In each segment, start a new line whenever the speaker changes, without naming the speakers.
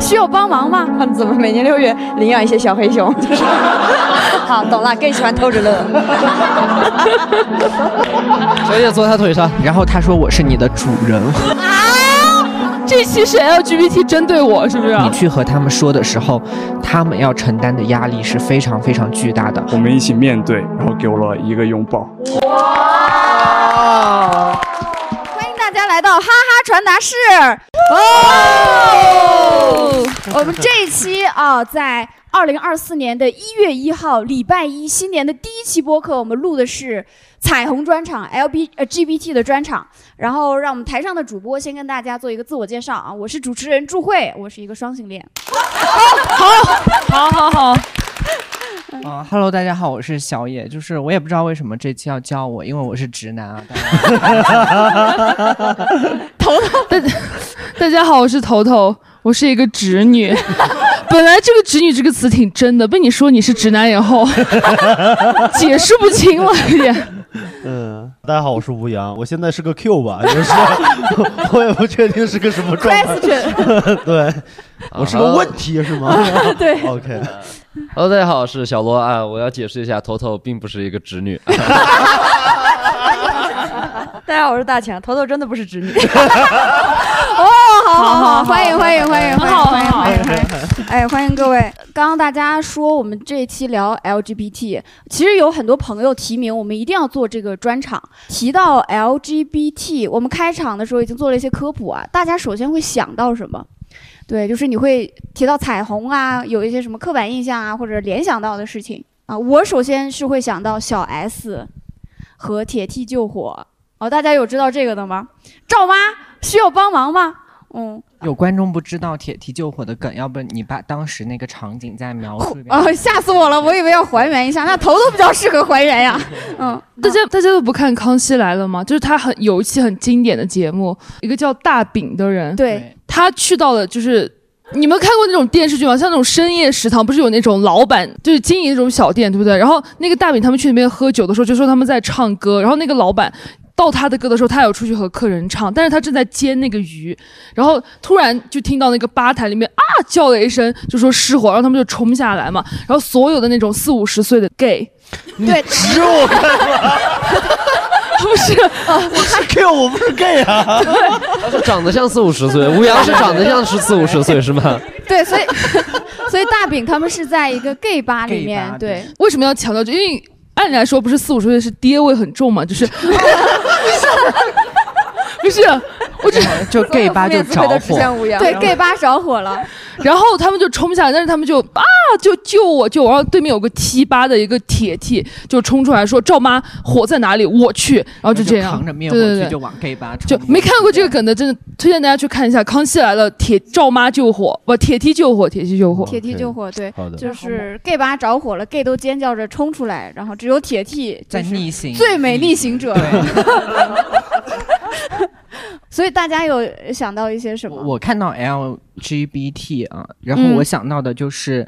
需要帮忙吗？啊怎么每年六月领养一些小黑 熊？就是好，懂了，更喜欢偷着乐。
小姐坐他腿上，然后他说我是你的主人。啊
这期是 LGBT 针对我，是不是？
你去和他们说的时候，他们要承担的压力是非常非常巨大的。
我们一起面对，然后给我了啊一个拥抱。
欢迎大家来到哈哈传达室。哦，我们这一期啊，在二零二四年的一月一号，礼拜一，新年的第一期播客，我们录的是彩虹专场 L B 呃 G B T 的专场。然后让我们台上的主播先跟大家做一个自我介绍啊，我是主持人祝慧，我是一个双性恋。
好好好，
啊、哈 h e l l o 大家好，我是小野，就是我也不知道为什么这期要叫我，因为我是直男啊。
大家好，我是头头，我是一个直女。本来这个“直女”这个词挺真的，被你说你是直男以后，解释不清了，有点。
嗯，大家好，我是吴阳，我现在是个 Q 吧，就是 我也不确定是个什么状态。 对，我是个问题是吗？
啊对
OK，
Hello，大家好，我是小罗啊。我要解释一下，头头并不是一个直女，啊
大家好，我是大强，头头真的不是直女， 哦
好好好，
好
欢迎欢迎欢迎，
很好
欢迎
很好
欢迎欢迎欢迎，哎，欢迎各位。刚刚大家说我们这一期聊 LGBT，其实有很多朋友提名，我们一定要做这个专场。提到 LGBT，我们开场的时候已经做了一些科普啊，大家首先会想到什么？对，就是你会提到彩虹啊，有一些什么刻板印象啊，或者联想到的事情啊。我首先是会想到小 S 和铁梯救火哦，大家有知道这个的吗？赵妈需要帮忙吗？嗯，
有观众不知道铁蹄救火的梗，要不你把当时那个场景再描述一遍？
哦，吓死我了！我以为要还原一下，那头都比较适合还原 呀。嗯，
大家大家都不看《康熙来了》吗？就是他很有一期很经典的节目，一个叫大饼的人，
对，
他去到了就是。你们看过那种电视剧吗？像那种深夜食堂，不是有那种老板就是经营那种小店，对不对？然后那个大饼他们去里面喝酒的时候，就说他们在唱歌，然后那个老板。到他的歌的时候，他有出去和客人唱，但是他正在煎那个鱼，然后突然就听到那个吧台里面啊叫了一声，就说失火，然后他们就冲下来嘛，然后所有的那种四五十岁的 gay，
对，
只有我看
不是
Q，我不是 gay 啊。
他是长得像四五十岁，吴阳是长得像是四五十岁是吗？
对，所以 所以大饼他们是在一个 gay 吧里
gay 吧
面，对，
为什么要强调这？因为按理来说，不是四五十岁是爹味很重嘛，就是 不是，我只
就 gay 吧就着火，
无恙
对 gay 吧着火了，
然后他们就冲下来，但是他们就啊，就救我救我！然后对面有个 T 八的一个铁 T 就冲出来说：“赵妈，火在哪里？我去！”然哦后就这样
扛，着灭火
对对
器
对
就往 gay 吧
就
冲。
没看过这个梗的，真的推荐大家去看一下《康熙来了》铁赵妈救火，不铁 T 救火，铁 T 救火。
铁 T 救火，对。
好的
就是 gay 吧着火了，gay 都尖叫着冲出来，然后只有铁 T
在
就是
逆行，
最美逆行者。
对。
所以大家有想到一些什么？
我看到 LGBT 啊，然后
嗯
我想到的就是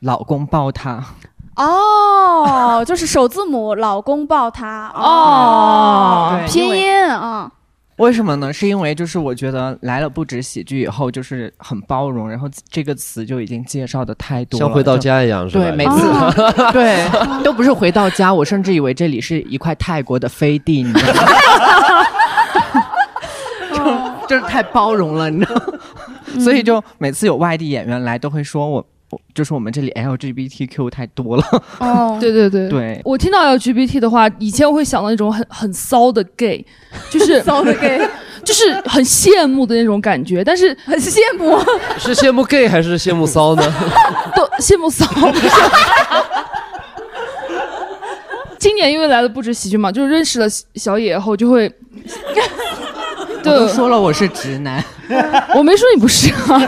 老公抱她，
哦， 就是首字母老公抱他
哦
哦
对，
拼
因为
音啊，
为什么呢？是因为就是我觉得来了不止喜剧以后，就是很包容，然后这个词就已经介绍的太多了，
像回到家一样是
就。
吧？
对，每
哦
次、 对都不是回到家，我甚至以为这里是一块泰国的飞地，你知道吗？
哦
就就是太包容了，你知道吗？
嗯
所以就每次有外地演员来，都会说我我就是我们这里 LGBTQ 太多了，
哦，
对对对。
对，
我听到 LGBT 的话，以前我会想到那种很很骚的 gay，就是
骚的 gay
就是很羡慕的那种感觉，但是
很羡慕。
是羡慕 gay 还是羡慕骚呢？
都羡慕死我。 今年因为来了不止喜剧嘛，就认识了小野以后，就会，对
我，都说了我是直男，
我没说你不是啊，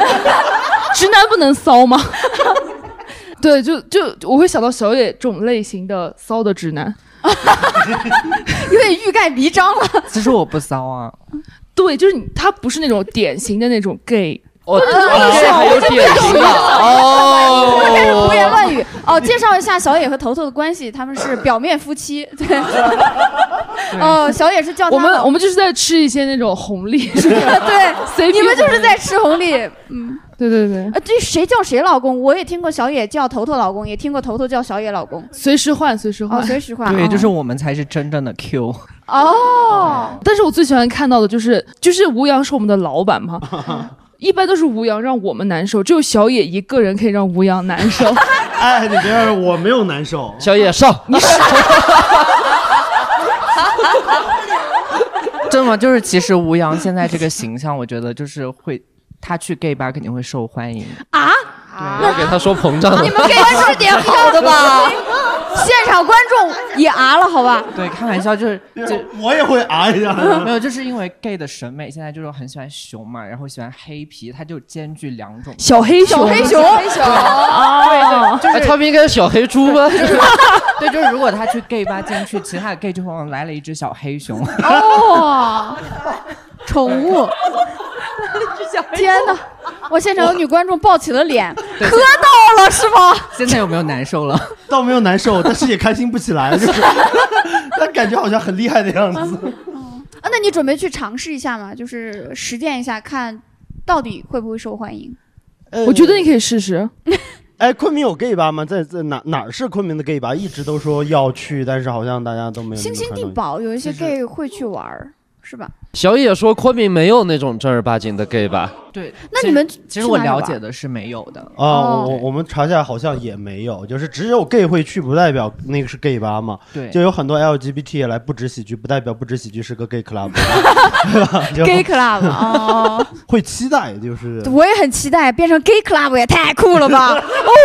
直男不能骚吗？ 对，就就我会想到小野这种类型的骚的直男。
有点欲盖弥彰了。
其实我不骚啊，
对，就是你他不是那种典型的那种 gay，
哦，还有点心啊！哦
胡言乱语哦，介绍一下小野和头头的关系，他们是表面夫妻，对。哦，小野是叫他
我们
老
我们就是在吃一些那种红利，
对，
CP
你们就是在吃红利，
嗯对对对，
呃，这谁叫谁老公？我也听过小野叫头头老公，也听过头头叫小野老公。
随时换，随时换。
哦，随时 换。
对，
哦
就是我们才是真正的 Q。
哦，
但是我最喜欢看到的就是，就是吴阳是我们的老板嘛，一般都是吴阳让我们难受，只有小野一个人可以让吴阳难 受。
哎，你别让我没有难受，
小野上，
真的吗？就是其实吴阳现在这个形象，我觉得就是会，他去 gay 吧肯定会受欢迎。
要给他说膨胀
啊你
了。
们给 是点好的吧？ 现场观众也啊了，好吧？
对，开玩笑就是就。
我也会啊一下。
没有，就是因为 gay 的审美现在就是很喜欢熊嘛，然后喜欢黑皮，他就兼具两种。
小黑熊，
黑熊，
小黑熊，
哦
啊，
就是
哎，他们应该是小黑猪 吗？
对，就是如果他去 gay 吧进去，其他的 gay 就会来了一只小黑熊。
哦，宠物。天哪！我现场有女观众抱起了脸，啊磕到了是吗？
现在有没有难受了？
倒没有难受，但是也开心不起来，就是， 但感觉好像很厉害的样子。
啊，那你准备去尝试一下吗？就是实践一下，看到底会不会受欢迎？
我觉得你可以试试。
哎，昆明有 gay 吧吗？在在哪哪儿是昆明的 gay 吧？一直都说要去，但是好像大家都没有。
星星地，堡有一些 gay 会去玩儿，是吧？
小野说昆明没有那种正儿八经的 gay 吧？
对，
那
其
你们
其
去
实我
哪里
了
玩
解的是没有的。
啊，
哦
我我我们查一下，好像也没有，就是只有 gay 会去，不代表那个是 gay 吧嘛，
对，
就有很多 LGBT 也来不止喜剧，不代表不止喜剧是个 gay club，对
gay
吧？
club 哦，
就会期待，就是
我也很期待变成 gay club 也太酷了吧！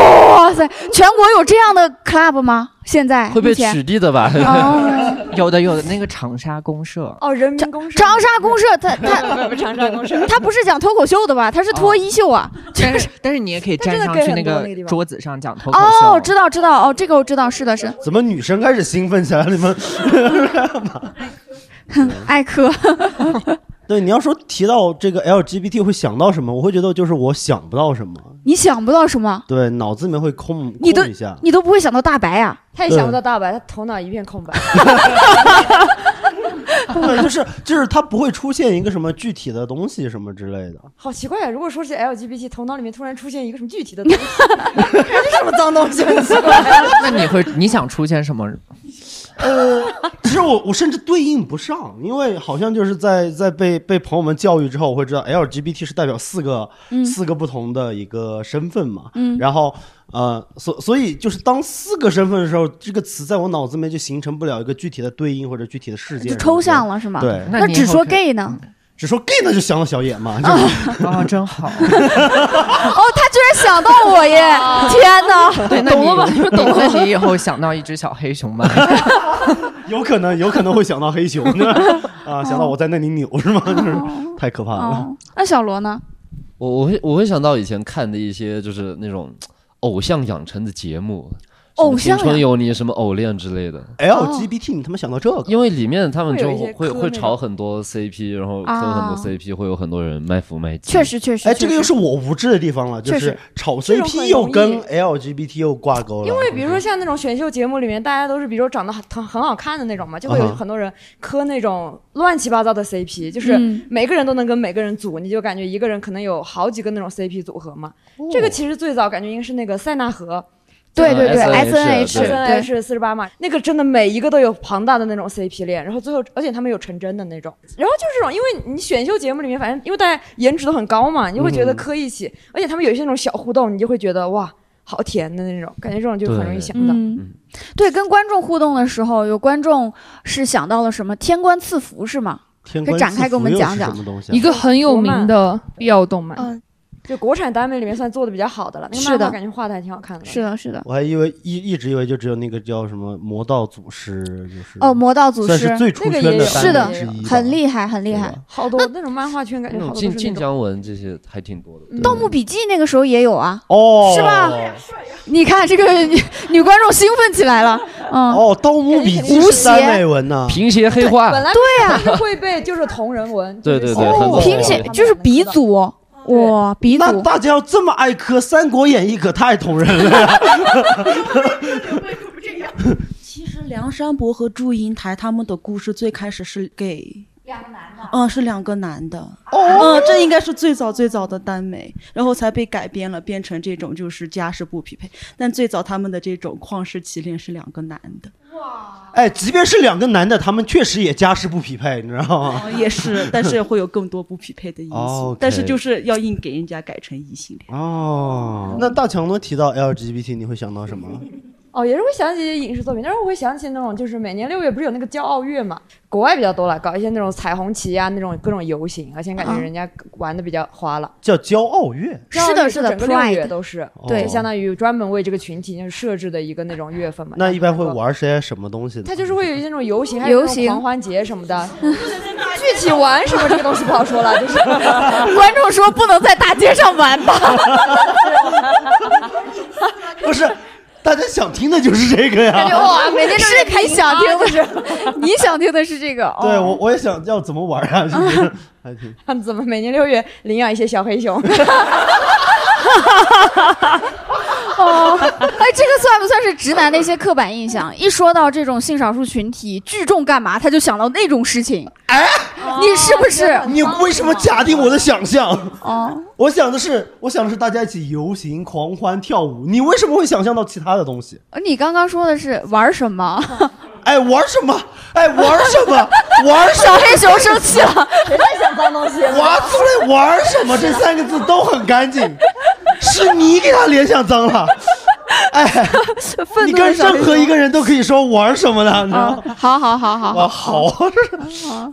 哦哇塞，全国有这样的 club 吗？现在
会被
目前
取缔的吧？
哦，
有的有的那个长沙公社，
哦，人民公社，
长沙公社，他他
不是不是长沙公社，
他不是讲脱口秀的吧？他是脱衣秀啊！
但是但是你也可以
但
站
真的
上
gay
去
很
那
多
个
那个地方
桌子上讲脱口秀。
哦，知道知道哦，这个我知道，是的是
怎么女生开始兴奋起来了？你们
艾科，
对你要说提到这个 LGBT 会想到什么，我会觉得就是我想不到什么，
你想不到什么，
对，脑子里面会空
你都
空一下。
你都不会想到大白啊！
他也想不到大白，他头脑一片 空白。
对，就是就是它不会出现一个什么具体的东西什么之类的。
好奇怪呀、如果说是 LGBT，头脑里面突然出现一个什么具体的东西， 这什么脏东西？很奇怪。
那你会你想出现什么？
呃其实我我甚至对应不上，因为好像就是在在被被朋友们教育之后，我会知道 LGBT 是代表四个、
嗯
四个不同的一个身份嘛。嗯，然后呃，所所以就是当四个身份的时候，这个词在我脑子里面就形成不了一个具体的对应或者具体的事件，
就抽象。了是吗？。
对，
那
你
只
以后
说
可
gay 呢？
只说 gay 那就想到小野嘛，就
哦，真好。
哦，他居然想到我耶！天哪！
对，那
懂了吧
你懂 了。 那你以后想到一只小 黑熊吧？
有可能有可能会想到黑熊呢啊，想到我在那里扭是吗？
哦
就是太可怕了。
哦，那小罗呢？
我我会我会想到以前看的一些就是那种偶像养成的节目，什么
偶像
青春
呀
有你什么偶恋之类的，
LGBT 你他妈想到这个？
因为里面他们就
会有一些
会
磕那
会
种
炒很多 CP，然后
啊
坑很多 CP，会有很多人卖腐卖基。
确，实确实，
哎，
确
这个又
实
是我无知的地方了，就
确
是
实
炒
这种
CP
很
又
容易
跟 LGBT 又挂钩了。
因为比
嗯
如说像那种选秀节目里面，大家都是比如长得很很好看的那种嘛，就会
啊
有
嗯
很多人磕那种乱七八糟的 CP，就是
嗯
每个人都能跟每个人组，你就感觉一个人可能有好几个那种 CP 组合嘛。这个其实最早感觉应该是那个塞纳河，
哦对对对
呃
，S N
SNH
H
现在
对。
是四十八嘛，那个真的每一个都有庞大的那种 CP 恋，然后最后而且他们有成真的那种，然后就是这种，因为你选秀节目里面，反正因为大家颜值都很高嘛，你就会觉得
嗯
磕一起，而且他们有一些那种小互动，你就会觉得哇，好甜的那种感觉，这种就很容易想到。
嗯，对，跟观众互动的时候，有观众是想到了什么天官赐福是吗？
天
可以
官
展
赐
开给我
福
们
又
讲
是
讲
什么东西啊？
一个很有名的必要动漫，
嗯，
就国产耽美里面算做的比较好的了，那个
是
漫画
的
感觉画的还挺好看的。
是的，是的。
我还以为一一直以为就只有那个叫什么魔道祖师，就是
哦，魔道祖
算
师
是最出
那个
圈
也有
耽
是
美
的
之一吧，
很厉害，很厉
对
害。
吧。
好多那种漫画圈感觉
那
好
种
多都
晋
是那
晋
种。
江文这些还挺多的。
嗯
对
《盗墓笔记》那个时候也有啊，
哦，
是吧？你看这个女女观众兴奋起来了，嗯，
哦，《盗墓笔记
无》
是
邪
耽美文呐，
贫血黑化
本来对呀、是会被就是同人文，
对
就 是
对对
写
很
同
早
人
哦贫
文
血
他们
就是
能知
鼻
道
祖，啊哇，鼻
那
祖。
大家要这么爱磕《三国演义》，可太同人了呀！
其实梁山伯和祝英台他们的故事最开始是 gay，
两个男的。
嗯，是两个男的。哦，嗯，这应该是最早最早的耽美，然后才被改编了，变成这种就是家世不匹配。但最早他们的这种旷世奇恋是两个男的，
哎，即便是两个男的，他们确实也家世不匹配，你知道吗？
哦也是，但是会有更多不匹配的因素。
OK
但是就是要硬给人家改成异性恋。
哦，那大强呢？提到 LGBT，你会想到什么？
哦，也是会想起影视作品，但是我会想起那种，就是每年六月不是有那个骄傲月嘛，国外比较多了，搞一些那种彩虹旗啊，那种各种游行，而且感觉人家玩的比较花了。
叫骄傲月。
啊是的
骄傲月
是的
整个六月
Pride
都是，
对
就相当于专门为这个群体就是设置的一个那种月份嘛。
那一般会
玩。
玩些什么东西呢？
他就是会有一些那种游行，还有那
游
种
行
狂欢节什么的。 具体玩什么这个东西不好说了， 就是
观众说不能在大街上玩吧？
不是，大家想听的 就是这个
感觉
呀。
哇，每天是很想听
就
的是，你想听的是这个。哦
对我，我也想要怎么玩啊？就是 还挺
怎么每年六月领养一些小黑熊。
哦， 哎，这个算不算是直男的一些刻板印象？一说到这种性少数群体聚众干嘛，他就想到那种事情。哎， 你是不是？
你为什么假定我的想象？
哦，
我想的是，我想的是大家一起游行、狂欢、跳舞。你为什么会想象到其他的东西？
呃你刚刚说的是玩什么？
哎，玩什么？哎，玩什 么？玩什
小黑熊生气了，
谁在想脏东西？
么？挖出来玩什么？这三个字都很 干净，是你给他联想脏了。哎，
愤
你
怒的
跟
小黑
任
熊
何一个人都可以说玩什么呢？你知道吗？
啊，好好好好，
哇，好，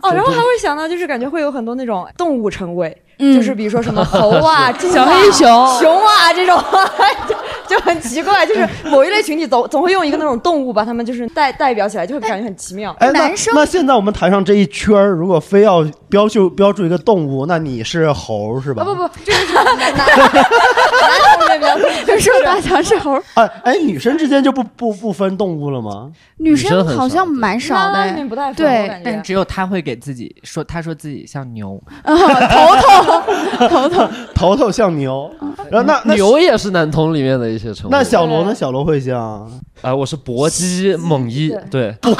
哦，然后还会想到，就是感觉会有很多那种动物称谓，
嗯
就是比如说什么猴啊、猪啊、
小黑熊
熊啊这种， 就就很奇怪，就是某一类群体总总会用一个那种动物把他们就是代代表起来，就会感觉很奇妙。
哎，那
男生
那现在我们台上这一圈儿，如果非要标注标注一个动物，那你是猴是吧？
啊不不，这个是男男男同学比较多，
就啊说大强是猴，
哎哎，女生之间就不不不分动物了吗？
女
女
生
生很
好像
少对
蛮少的
男
哎
女。不太符 合
对
我感觉
但只有他会给自己说，他说自己像牛，
头头像牛，然后那那
牛也是男童里面的一些称呼。
那小罗呢？小罗会像
哎，我是搏击猛一，对，
搏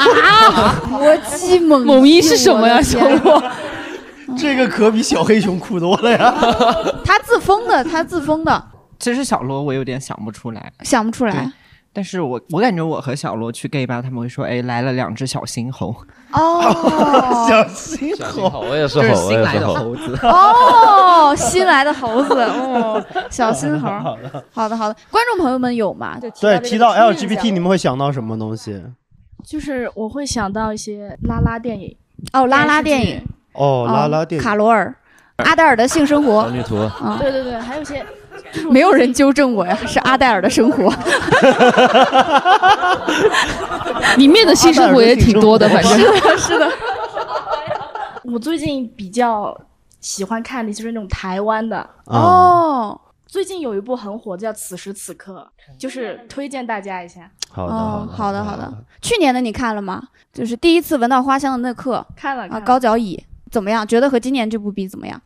击猛
猛一是什么呀，小
罗？
罗？
这个可比小黑熊酷多了呀。
他自封的，他自封的，
其实小罗我有点想不出来，
想不出来
对。但是我我感觉我和小罗去 gay 吧，他们会说，哎，来了两只小新 猴，
哦
小新猴，
好，我也是
就是
好，我
新
也
来
是
的
好。
猴 子。
哦，新来的猴子哦，小新猴。好的好的，观众朋友们有吗？
就
对，提到
这个亲密
LGBT，
感
你们会想到什么东西？
就是我会想到一些拉拉电影，
哦，拉拉
电
电
视剧
影，
哦，拉
哦
拉电影
卡罗尔，阿黛尔的性生活
小，女图，
啊，
对对对，还有一 些
没有人纠正我呀，是阿黛尔的生 活。
里面的性生活也挺多的，反正
我最近比较喜欢看的就是那种台湾的。
啊，
哦，
最近有一部很火，叫《此时此刻》，就是推荐大家一下。
好的好
哦
的，
好的好的。去年的你看了吗？就是第一次闻到花香的那刻
看了
啊，
看了
高脚椅怎么样？觉得和今年这部比怎么样？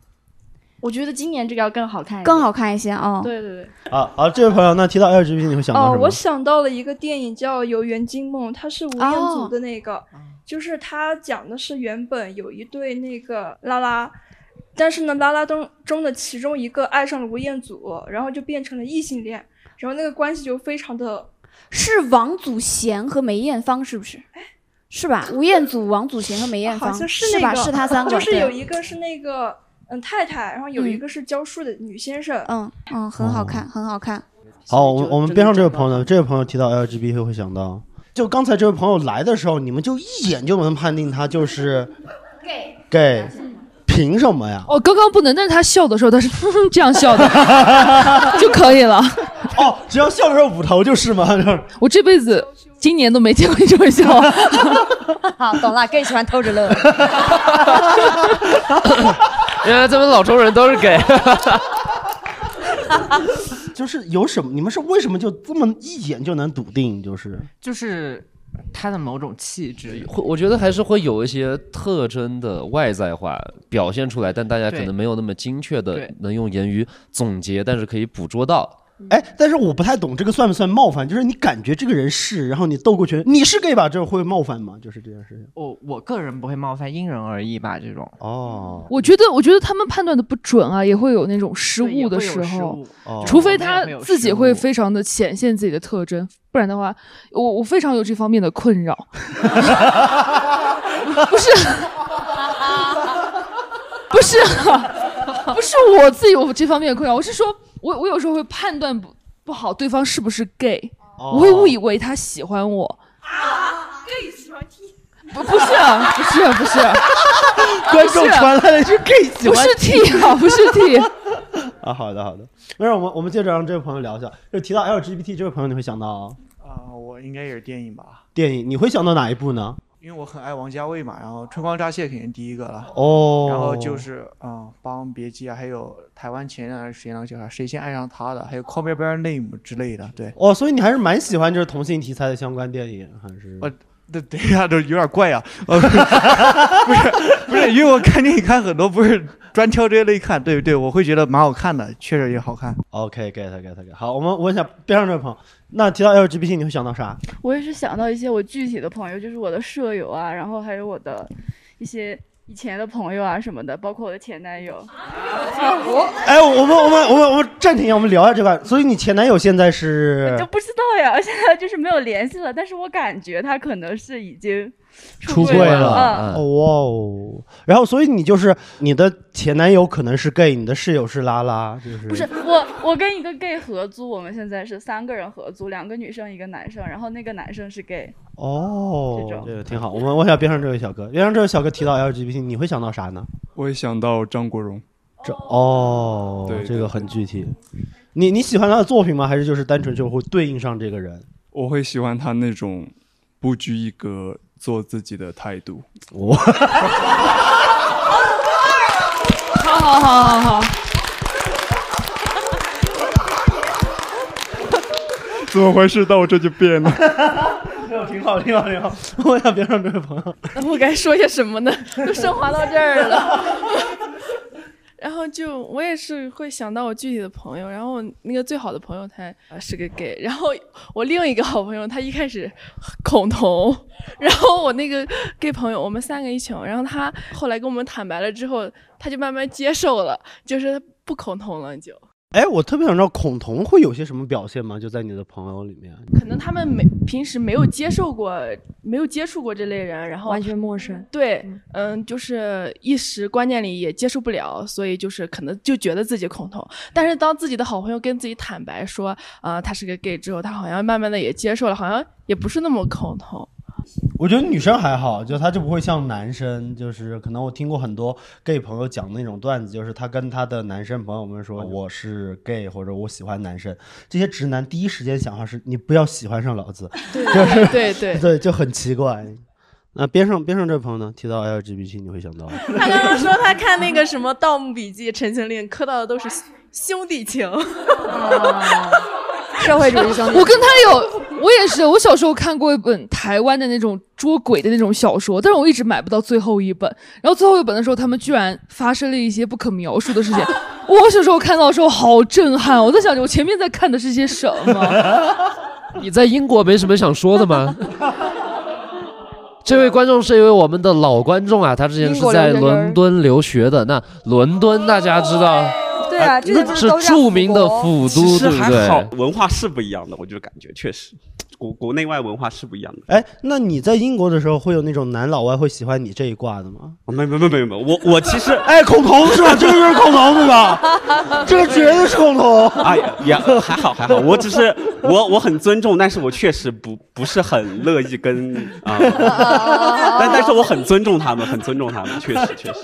我觉得今年这个要更好看，
更。好看一些哦。
对对对，
啊啊！这位朋友，那提到 LGBT，你会想到
哦
什，么
我？想到了一个电影叫《有缘惊梦》，它是吴彦祖的那个，就是他讲的是原本有一对那个拉拉，但是呢，拉拉中中的其中一个爱上了吴彦祖，然后就变成了异性恋，然后那个关系就非常的
是王祖贤和梅艳芳是不是？是吧？吴彦祖、王祖贤和梅艳
哎好
芳
像是
是
那
吧？
个
是他三个，
就是
对
有一个是那个嗯太太，然后有一个是教书的女先生，
嗯嗯，很好看，很好看。
好，我们我们边上这位朋友，呢，这位朋友提到 LGBT 会想到，就刚才这位朋友来的时候，你们就一眼就能判定他就是 gay，凭什么呀？
我哦刚刚不能，但是他笑的时候他是 这样笑的 就可以了。
哦，只要笑的时候捂头就是吗？ 就是
我这辈子今年都没见过你这么笑，
好，懂了，gay 喜欢偷着乐。
原来咱们老中人都是给，
就是有什么？你们是为什么就这么一眼就能笃定？就是
就是他的某种气质，
会我觉得还是会有一些特征的外在化表现出来，但大家可
对
能没有那么精确的
对
能用言语总结，但是可以捕捉到。
哎，但是我不太懂这个算不算冒犯？就是你感觉这个人是，然后你斗过去，你是 gay 吧？这会冒犯吗？就是这件事情。
我我个人不会冒犯，因人而异吧，这种。
哦
我觉得，我觉得他们判断的不准啊，也会有那种失误的时候，
哦
除非他自己会非常的显现自己的特征，不然的话，我我非常有这方面的困扰。 不是，不是，不是我自己有这方面的困扰，我是说我我有时候会判断不不好对方是不是 gay，、
哦
我会误以为他喜欢我，
更喜欢听。
不不是啊不是啊 不是啊，
观众传来了一句 gay 喜
不
欢
是 T 啊不是 T。
啊，好的好的，没事，我们我们接着让这位朋友聊一下。就提到 LGBT 这位朋友，你会想到
啊，我应该也是电影吧，
电影，你会想到哪一部呢？
因为我很爱王家卫嘛，然后《春光乍泄》肯定第一个了。
哦
然后就是嗯，《霸王别姬》啊，还有台湾前两段时间那个叫啥《谁先爱上他的》，还有《Call Me by Your Name》之类的。 对，
哦，所以你还是蛮喜欢就是同性题材的相关电影，还是？
我哦对对呀，都有点怪啊。呃不是不是，因为我看电影看很多，不是专挑这类看。对对，我会觉得蛮好看的，确实也好看。
OK get get get。好，我们问一下边上这位朋友，那提到 LGBT 你会想到啥？
我也是想到一些我具体的朋友，就是我的舍友啊，然后还有我的一些以前的朋友啊什么的，包括我的前男友。
啊
哎，我们我们我们我们暂停一下，我们聊一下这个。所以你前男友现在是
就不知道呀，现在就是没有联系了，但是我感觉他可能是已经
出
柜
柜
嗯，
了，哦哇哦！然后，所以你就是你的前男友可能是 gay，你的室友是拉拉，就是
不是我，我跟一个 gay 合租，我们现在是三个人合租，两个女生一个男生，然后那个男生是 gay。
哦，这个挺好。我们问一下边上这位小哥，边上这位小哥提到 LGBT，你会想到啥呢？
我也想到张国荣，
这哦，
对
这个很具体。你你喜欢他的作品吗？还是就是单纯就会对应上这个人？
我会喜欢他那种不拘一格做自己的态度。
我
好好好好好，
怎么回事？到我这就变了。
哎挺好，挺好，挺好。 我想边上这位朋友，
我该说些什么呢？都升华到这儿了。然后就我也是会想到我具体的朋友，然后我那个最好的朋友他呃是个 gay，然后我另一个好朋友他一开始恐同， 然后我那个 gay 朋友我们三个一群，然后他后来跟我们坦白了之后，他就慢慢接受了，就是他不恐同了就。
哎，我特别想知道孔彤会有些什么表现吗？就在你的朋友里面。
可能他们没平时没有接受过，没有接触过这类人，然后完全陌生。 对，嗯，就是一时观念里也接受不了，所以就是可能就觉得自己恐同。但是当自己的好朋友跟自己坦白说，啊、他是个 gay 之后，他好像慢慢的也接受了，好像也不是那么恐同。
我觉得女生还好，就她就不会像男生，就是可能我听过很多 gay 朋友讲那种段子，就是她跟她的男生朋友们
哎
说我是 gay 或者我喜欢男生，这些直男第一时间想法是你不要喜欢上老子，
对
就是
对对
对，就很奇怪。那边上边上这位朋友呢，提到 LGBT 你会想到
他刚刚说他看那个什么《盗墓笔记》《陈情令》，磕到的都是兄弟情，
社会主义兄弟
我跟他有，我也是，我小时候看过一本台湾的那种捉鬼的那种小说，但是我一直买不到最后一本。然后最后一本的时候，他们居然发生了一些不可描述的事情。我小时候看到的时候好震撼，我在想着我前面在看的是些什么。
你在英国没什么想说的 吗？这位观众是一位我们的老观众啊，他之前
英
是
国
在
留学生
伦敦留学的。那伦敦大家知
哦
道，
对啊
呃
之前不是
是
都叫
著名的府
其
都，
实
对不
还好
对？，
文化是不一样的，我就感觉确实，国国内外文化是不一样的。
哎，那你在英国的时候会有那种男老外会喜欢你这一挂的吗？
哦没没没没没，我我其实
哎，恐同是吧？这个就是 恐同是吧？这个绝对是恐 同。
哎呀，也还好还好，我只是我我很尊重，但是我确实不不是很乐意跟
哦
哦
啊、 但但是我很尊重他们，很尊重他们，确实 确实。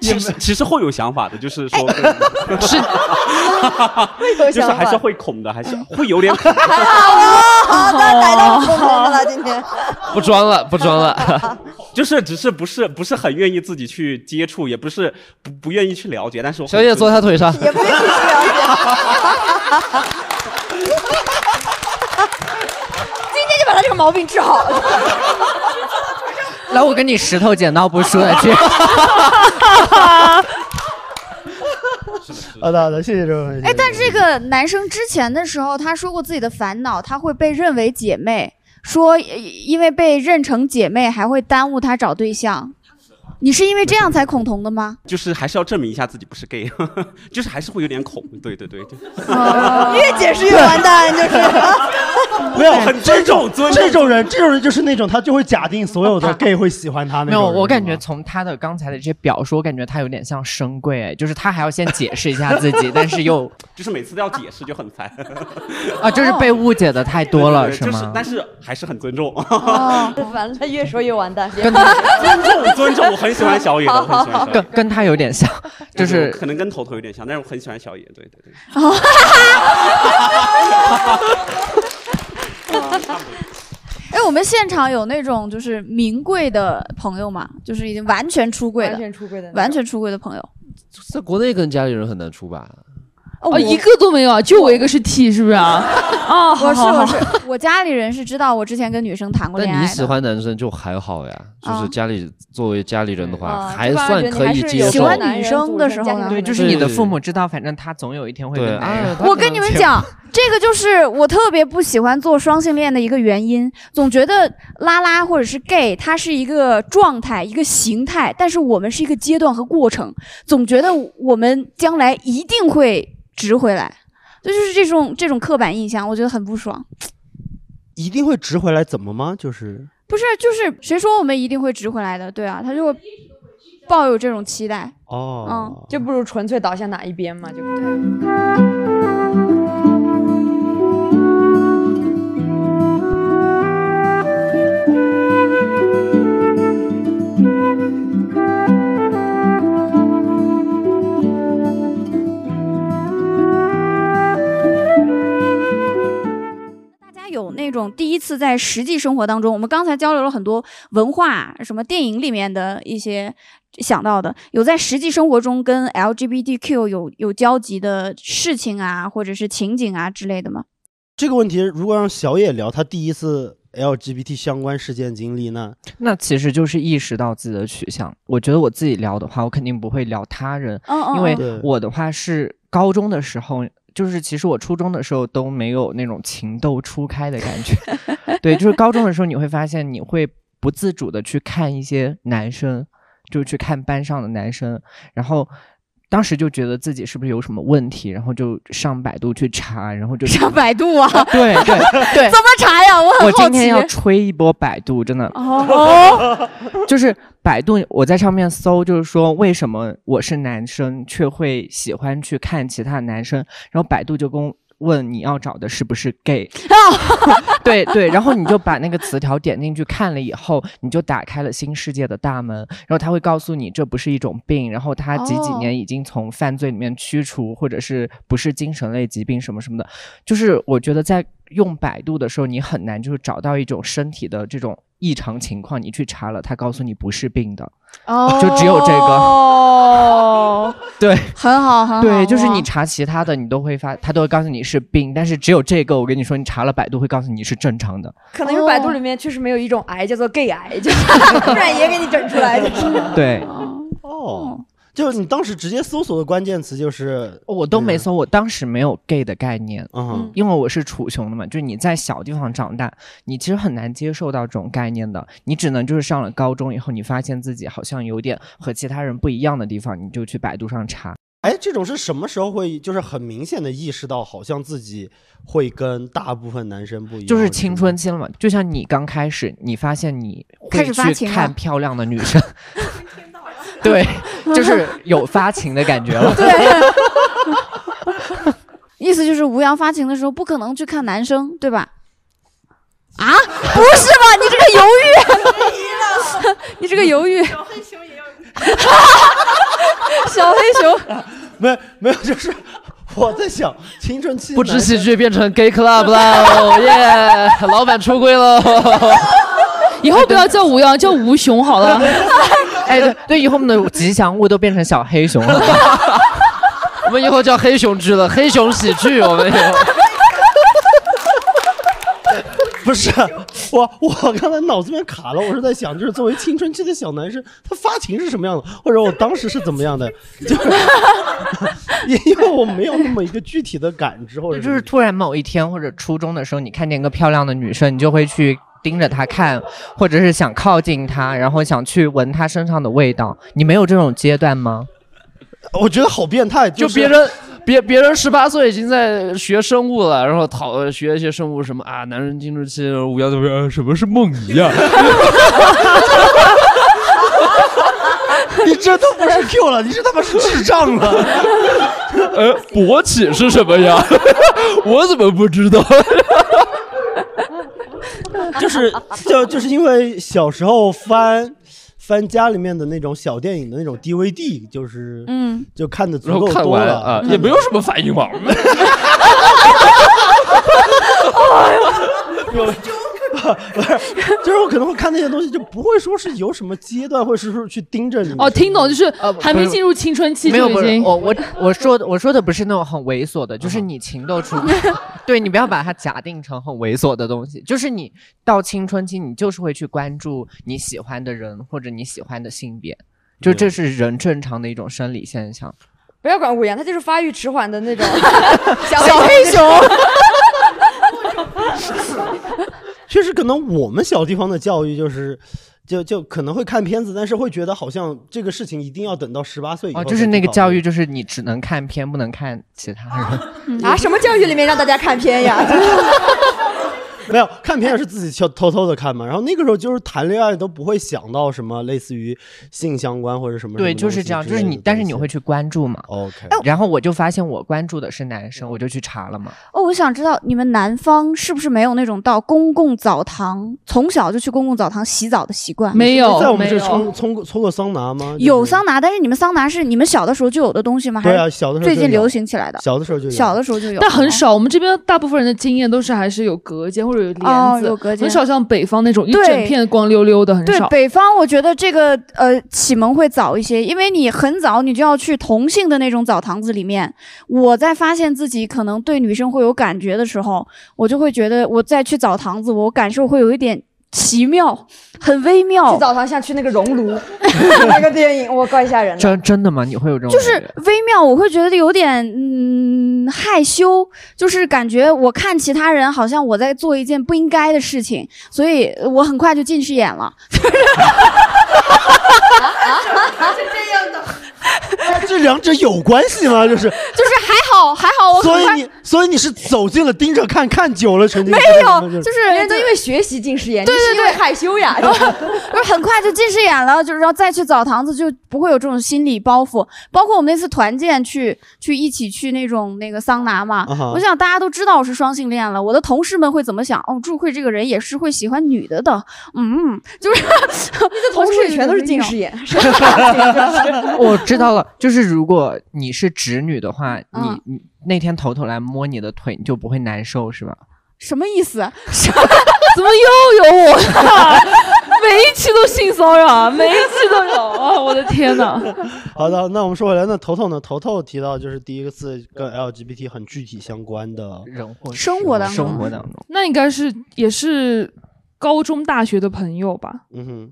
其实其实会有想法的，就是说
哎
跟， 是，
有
就是
想
还是
法
会恐的，还是会有点恐。
啊好的，逮
哦
到恐同 的了，今天。
不装 了，不装了。
就是只是不是不是很愿意自己去接触，也不是不不愿意去了解，但是我
小野坐他腿上，
今天就把他这个毛病治好了。
来，我 跟你石头剪刀布输下去。
好的好的，谢谢这位朋友。谢谢
哎，但这个男生之前的时候，他说过自己的烦恼，他会被认为姐妹，说呃因为被认成姐妹还会耽误他找对象。你是因为这样才恐同的吗？
就是还是要证明一下自己不是 gay，就是 还是会有点恐。对对对，对
哦越解释越完蛋，就是没有
很尊重尊重
这种人，这种人就是那种他就会假定所有的 gay 会喜欢他那
没
种
有，
人。
我感觉从他的刚才的这些表述，我感觉他有点像深柜，哎就是他还要先解释一下自 己，但是又
就是每次都要解释就很烦。
啊，就是被
哦
误解的太多了，
对对对就是
吗？
但是还是很尊重。
哦
完了，越说越完蛋。别
跟
尊
重尊重，我很喜欢小野的，我很喜欢小野。
跟跟他有点像，就是
可能跟头头有点像，但是我很喜欢小野。对对对。
哎，我们现场有那种就是名贵的朋友吗？就是已经完全出柜的，
完全出柜的那种
完全出柜的朋友。
在国内跟家里人很难处吧？
我
哦，一个都没有啊，就我一个是 T，是不是啊？啊，
我是
好好
我是，我家里人是知道我之前跟女生谈过恋
但
爱
你
的。
喜欢男生就还好呀，就是
哦
啊
家里作为家里人的话，
啊
还
就
算可以接受。
对，就是你的父母知道，反正他总有一天会
对
跟男人。
我跟你们讲，这个就是我特别不喜欢做双性恋的一个原因，总觉得拉拉或者是 gay，它是一个状态、一个形态，但是我们是一个阶段和过程，总觉得我们将来一定会直回来，这就是这种这种刻板印象，我觉得很不爽。
一定会直回来，怎么吗？就是
不是，就是谁说我们一定会直回来的？对啊，他就会抱有这种期待。
哦，
嗯，
就不如纯粹倒向哪一边嘛，就不对。
大家有那种第一次在实际生活当中，我们刚才交流了很多文化，什么电影里面的一些想到的，有在实际生活中跟 LGBTQ 有有交集的事情啊，或者是情景啊之类的吗？
这个问题，如果让小野聊他第一次 LGBT 相关事件经历呢？
那其实就是意识到自己的取向。我觉得我自己聊的话，我肯定不会聊他人，
嗯嗯
因为
嗯对
我的话是高中的时候，就是其实我初中的时候都没有那种情窦初开的感 觉。对，就是高中的时候，你会发现你会不自主的去看一些男生，就去看班上的男生，然后。当时就觉得自己是不是有什么问题，然后就上百度去查，然后就
上百度啊，
对对对，
怎么查呀？我很好
我
奇。
今天要吹一波百度，真的。
哦，
就是百度，我在上面搜，就是说为什么我是男生却会喜欢去看其他男生，然后百度就跟我问你要找的是不是 gay，对 对，然后你就把那个词条点进去看了以后，你就打开了新世界的大门，然后他会告诉你这不是一种病，然后他几几
哦
年已经从犯罪里面驱除，或者是不是精神类疾病什么什么的，就是我觉得在用百度的时候，你很难就是找到一种身体的这种异常情况，你去查了，他告诉你不是病的，就只有这个，
哦，
对，
很好很好。啊
对，就是
哇
你查其他的，你都会发，他都会告诉你是病，但是只有这个，我跟你说，你查了百度会告诉你是正常的。
可能是百度里面确实没有一种癌叫做 gay 癌，就是 不然也给你整出来，就是。
对，
啊
哦，就你当时直接搜索的关键词就是
哦我都没搜，我当时没有 gay 的概念，
嗯
因为我是楚雄的嘛，就是你在小地方长大，你其实很难接受到这种概念的，你只能就是上了高中以后，你发现自己好像有点和其他人不一样的地方，你就去百度上查。
哎，这种是什么时候会就是很明显的意识到，好像自己会跟大部分男生不一样？
就是青春期了嘛，就像你刚开始，你发现你
开始发
会去
情了
看漂亮的女 生，对，就是有发情的感觉 了。
意思就是吴阳发情的时候不可能去看男生，对 吧？啊，不是吧？你这个犹豫， 你这个犹豫，小黑熊也有， 小黑熊，
没有没有，就是我在想青春期
不
男
止
生
喜剧变成 gay club 了，耶！老板出柜喽！
以后不要叫吴阳，叫吴雄好了。
哎，对对，以后我们的吉祥物都变成小黑熊了。
我们以后叫黑熊剧了，黑熊喜剧，我们以后。
不是我，我刚才脑子里面卡了，我是在想，就是作为青春期 的小男生，他发情是什么样的，或者我当时是怎么样的，就是因为我没有那么一个具体的感知，或者
对 就是突然某一天或者初中的时候，你看见一个漂亮的女生，你就会去盯着她看，或者是想靠近她，然后想去闻她身上的味道。你没有这种阶段吗？
我觉得好变态，
就是别人别别人十八岁已经在学生物了，然后讨学一些生物什么啊，男人青春期五幺怎么样？什么是梦遗啊？
你这都不是 Q 了，你这他妈是智障了。
呃，勃起是什么呀？ 我怎么不知道？
就是就就是因为小时候翻翻家里面的那种小电影的那种 DVD，就是
嗯，
就看的足
然后
够
看
多
完
了嗯
啊，也没有什么反应嘛。
有，不是， 就是我可能会看那些东西，就不会说是有什么阶段，会是不是去盯着你。
哦，听懂就是还没
不是
进入青春期
没有，
就
不
已
是哦
经。
我我我说的我说的不是那种很猥琐的，就是你情窦初 开，对你不要把它假定成很猥琐的东西，就是你到青春期，你就是会去关注你喜欢的人或者你喜欢的性别，就这是人正常的一种生理现象。
不要管无言，他就是发育迟缓的 那种
小黑熊
确实，可能我们小地方的教育就是。就就可能会看片子，但是会觉得好像这个事情一定要等到十八岁以后、
哦，就是那个教育，就是你只能看片，不能看其他 人。
啊！什么教育里面让大家看片呀？
没有看片也是自己悄偷偷的看嘛。然后那个时候就是谈恋爱都不会想到什么类似于性相关或者什么
对，就是这样，就是你，但是你会去关注嘛
哦？OK。
然后我就发现我关注的是男生，我就去查了嘛。
哦，我想知道你们南方是不是没有那种到公共澡堂，从小就去公共澡堂洗澡的习惯？
在我们这冲冲过冲过桑拿吗？
有桑拿，但是你们桑拿是你们小的时候就有的东西吗？还
对
是
啊小的时候
最
就
近
有
流行起来的。
小的时候就有，
小的时候就有，
但很少，我们这边大部分人的经验都是还是有隔间或者有
哦
帘子，
有隔间
很少像北方那种一
对
整片光溜溜的，很
对
少。
北方，我觉得这个呃启蒙会早一些，因为你很早你就要去同性的那种澡堂子里面。我在发现自己可能对女生会有感觉的时候，我就会觉得我再去澡堂子，我感受会有一点奇妙，很微妙。
去澡堂像去那个熔炉 那个电影，我怪吓
嗯
人了。
真真的吗？你会有这种？
就是微妙，我会觉得有点嗯害羞，就是感觉我看其他人好像我在做一件不应该的事情，所以我很快就近视眼了。啊
是这样的，
这两者有关系吗？就是
就是还好还 好，我很
所以
快
你所以你是走进了盯着看看久了成
没有，就是
别人都因为学习近视眼，
对
你是
对
因
对
为害羞呀。
就是很快就近视眼了，就是然后再去澡堂子就不会有这种心理包袱。包括我们那次团建去去一起去那种那个桑拿嘛
啊哈
我想大家都知道我是双性恋了，我的同事们会怎么想？哦，祝慧这个人也是会喜欢女的的，嗯，就是 你
的同事全都是近 视眼
我知道了，就是如果你是直女的话，
嗯
你你那天头头来摸你的腿，你就不会难受是吧？
什么意 思？
怎么又有我呀？ 每一期都性骚扰 啊，每一期都有啊！我的天哪！
好的，那我们说回来，那头头呢？头头提到就是第一个次跟 LGBT 很具体相关的嗯
人或
生活当中
生活当中，
那应该是也是高中、大学的朋友吧？
嗯哼，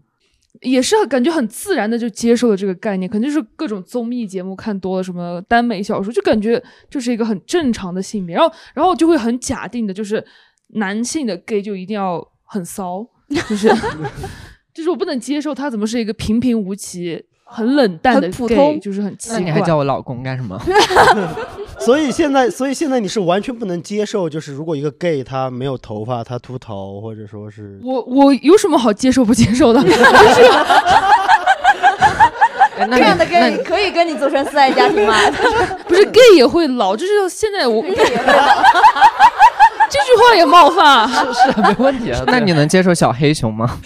也是很感觉很自然的就接受了这个概念，肯定是各种综艺节目看多了，什么耽美小说，就感觉就是一个很正常的性别，然后然后就会很假定的，就是男性的 gay 就一定要很骚，就是 就是我不能接受他怎么是一个平平无奇、很冷淡的 gay,
很普通
就是很奇
那
怪。
你还叫我老公干什么？
所以现在，所以现在你是完全不能接受，就是如果一个 gay 他没有头发，他秃头，或者说是
我我有什么好接受不接受的？就是
这样的 gay 可以跟你组成四爱家庭吗？
不是 gay 也会老，就是现在 我这 句话也冒犯啊，
是是没问题啊。
那你能接受小黑熊吗？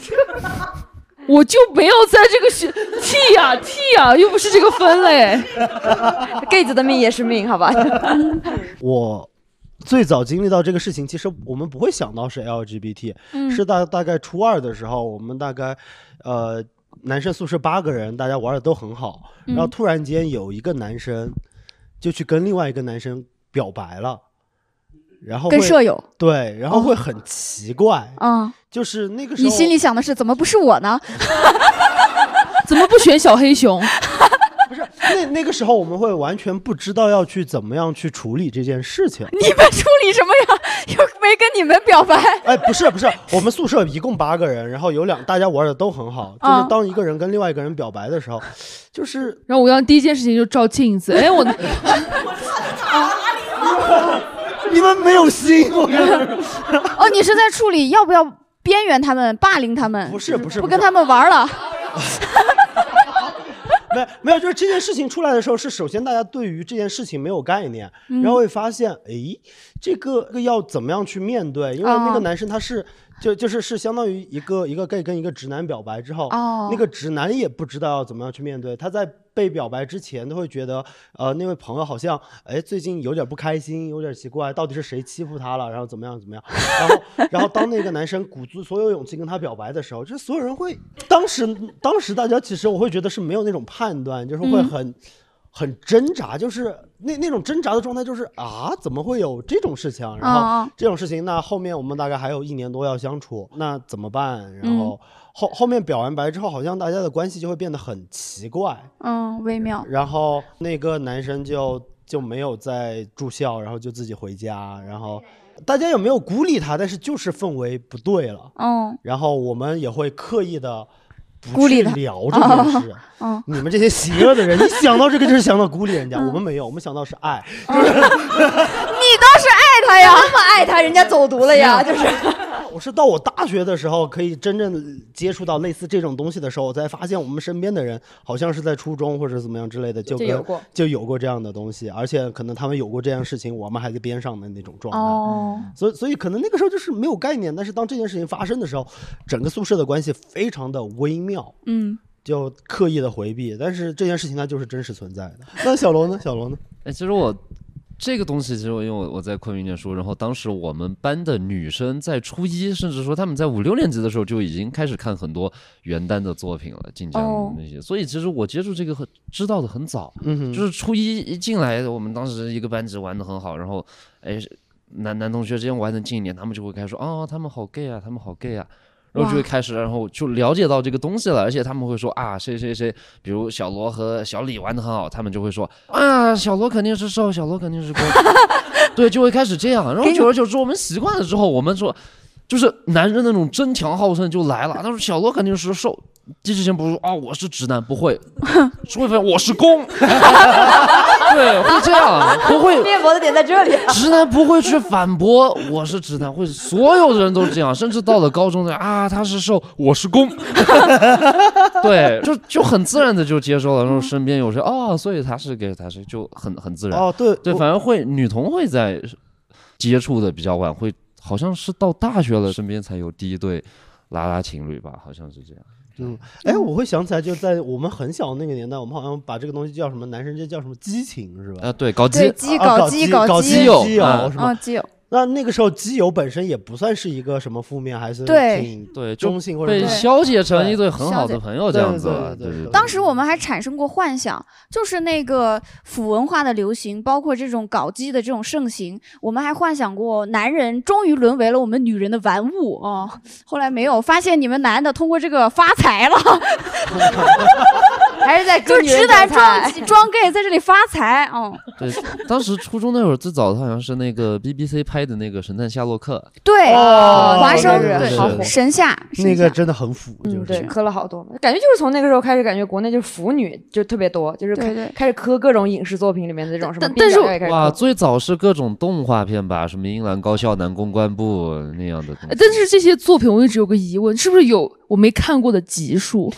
我就没有在这个学 T 呀、T 呀、又不是这个分 类。
gay 子的命也是命，好吧？嗯
我最早经历到这个事情，其实我们不会想到是 LGBT，、
嗯
是大大概初二的时候，我们大概呃男生宿舍八个人，大家玩的都很好，然后
嗯
突然间有一个男生就去跟另外一个男生表白了，然后
跟
会
舍友
对，然后会很奇怪，
啊，
就是那个时候
你心里想 的是怎么不是我呢？
怎么不选小黑熊？
那那个时候我们会完全不知道要去怎么样去处理这件事情。
你们处理什么呀？又没跟你们表 白。
哎，不是不是，我们宿舍一共八个人，然后有两大家玩的都很好，就
啊
是当一个人跟另外一个人表白的时候，就是
然后我刚第一件事情就照镜子，哎，我
你们没有心，我跟你
哦，你是在处理要不要边缘他们、霸凌他们？不
是不是
不跟他们玩了。
没没有，就是这件事情出来的时候，是首先大家对于这件事情没有概念，
嗯
然后会发现，哎，这个这个要怎么样去面对？因为那
哦
个男生他是。就就是是相当于一个一个 gay 跟一个直男表白之后，
哦
那个直男也不知道要怎么样去面对。他在被表白之前，他会觉得，呃，那位朋友好像，哎，最近有点不开心，有点奇怪，到底是谁欺负他了？然后怎么样怎么样？然后然后当那个男生鼓足所有勇气跟他表白的时候，就是所有人会，当时当时大家其实我会觉得是没有那种判断，就是会
嗯
很、很挣扎，就是那那种挣扎的状态，就是啊，怎么会有这种事情？啊然
哦
后这种事情，那后面我们大概还有一年多要相处，那怎么办？然后、后后面表完白之后，好像大家的关系就会变得很奇怪，
嗯，微妙。
然后那个男生就就没有再住校，然后就自己回家，然后大家也没有孤立他，但是就是氛围不对了。
嗯，
然后我们也会刻意的
孤立他
聊这件事。啊
哦
你们这些邪恶的人，一想到这个就是想到孤立人家，我们没有，我们想到是爱。
你倒是爱他呀，
那么爱他，人家走读了呀，就是。啊
我是到我大学的时候，可以真正接触到类似这种东西的时候，我才发现我们身边的人好像是在初中或者怎么样之类的，就
就
跟
有过
就有过这样的东西，而且可能他们有过这样的事情，我们还在边上的那种状态。
哦，
所以，所以可能那个时候就是没有概念，但是当这件事情发生的时候，整个宿舍的关系非常的微妙，
嗯，
就刻意的回避。但是这件事情它就是真实存在的。那小龙呢？小龙呢？
哎，其实我这个东西，其实我因为我我在昆明念书，然后当时我们班的女生在初一，甚至说她们在五六年级的时候就已经开始看很多原丹的作品了，晋江
哦
那些，所以其实我接触这个很知道的很早，
嗯哼
就是初一一进来，我们当时一个班级玩的很好，然后哎男男同学之间玩的近一点，他们就会开始说哦，他们好 gay 啊，他们好 gay 啊。然后就会
哇
开始，然后就了解到这个东西了，而且他们会说啊，谁谁谁，比如小罗和小李玩的很好，他们就会说啊，小罗肯定是瘦，小罗肯定是公， 对，就会开始这样。然后久而久之，我们习惯了之后，我们说，就是男人那种争强好胜就来了。 他说小罗肯定是瘦，这之前不是说啊，我是直男，不 会，是会发现我是公， 对，会这样，不会。
辩驳的点在这里。啊
直男不会去反驳，我是直男，会所有的人都这样，甚至到了高中的啊，他是瘦，我是公， 对，就就很自然的就接受了。
嗯
然后身边有谁哦，所以他是给他是就很很自然
哦对
对，
我
反而会女同会在接触的比较晚，会好像是到大学了，身边才有第一对拉拉情侣吧，好像是这样。
嗯，哎，我会想起来，就在我们很小那个年代，我们好像把这个东西叫什么？男生这叫什么激情是吧？
啊，对，搞基，
对基
啊
搞
搞
基
搞
基
基
友
基友
嗯
是吗
嗯基友。
那那个时候基友本身也不算是一个什么负面，还是
对
挺
对，就
中性或者
被
是
消解成一对很好
消解
的朋友这样子
对对
了，对对对。
当时我们还产生过幻想，就是那个腐文化的流行，包括这种搞基的这种盛行，我们还幻想过男人终于沦为了我们女人的玩物哦。后来没有发现你们男的通过这个发财了，
还是在
就是
跟女人
直男
表态
装装 gay 在这里发财哦。
对，当时初中那会儿最早的好像是那个 BBC 拍的那个《神探夏洛克》，
对，
哦
华生
对对对好火
对神夏
那个真的很腐，就是、
嗯对，磕了好多，感觉就是从那个时候开始，感觉国内就腐女就特别多，就是
对
开
对
开始磕各种影视作品里面的这种什么，啊
但是
也开始
哇，
磕。
最早是各种动画片吧，什么《英兰高校男公关部》那样的东西。
哎但是这些作品我一直有个疑问，是不是有我没看过的集 数？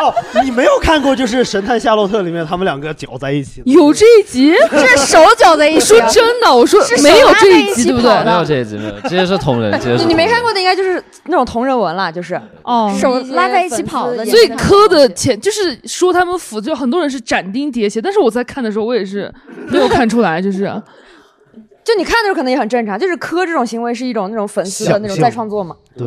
哦， 你没有看过就是《神探夏洛特》里面他们两个搅在一起的，
有这一集？
这是手搅在一
我
起
说
啊
真的，我说
是手
没有
拉在
这
一
集，
起
对不
跑
对
的？
没有这一集，没有，这些是同 人，这些是
哦你
同
没
人。
看过的应该就是那种同人文
啊
了，就是
哦
手
拉在一起跑的
所以磕的前就是说他们腐，就很多人是斩钉截铁，但是我在看的时候，我也是没有看出来，就是啊
就你看的时候可能也很正常，就是磕这种行为是一种那种粉丝的那种
想象
再创作嘛。
对，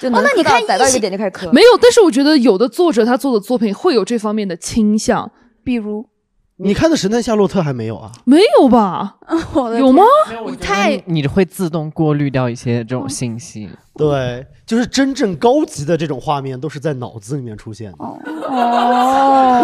就能
哦那你看
到逮到
异
一个
性
点就开始磕，
没有。但是我觉得有的作者他做的作品会有这方面的倾向，
比如
你看的《神探夏洛特》还没有啊？
没有 吧？有吗？你
太
你会自动过滤掉一些这种信息。
对，就是真正高级的这种画面都是在脑子里面出现的。
哦，啊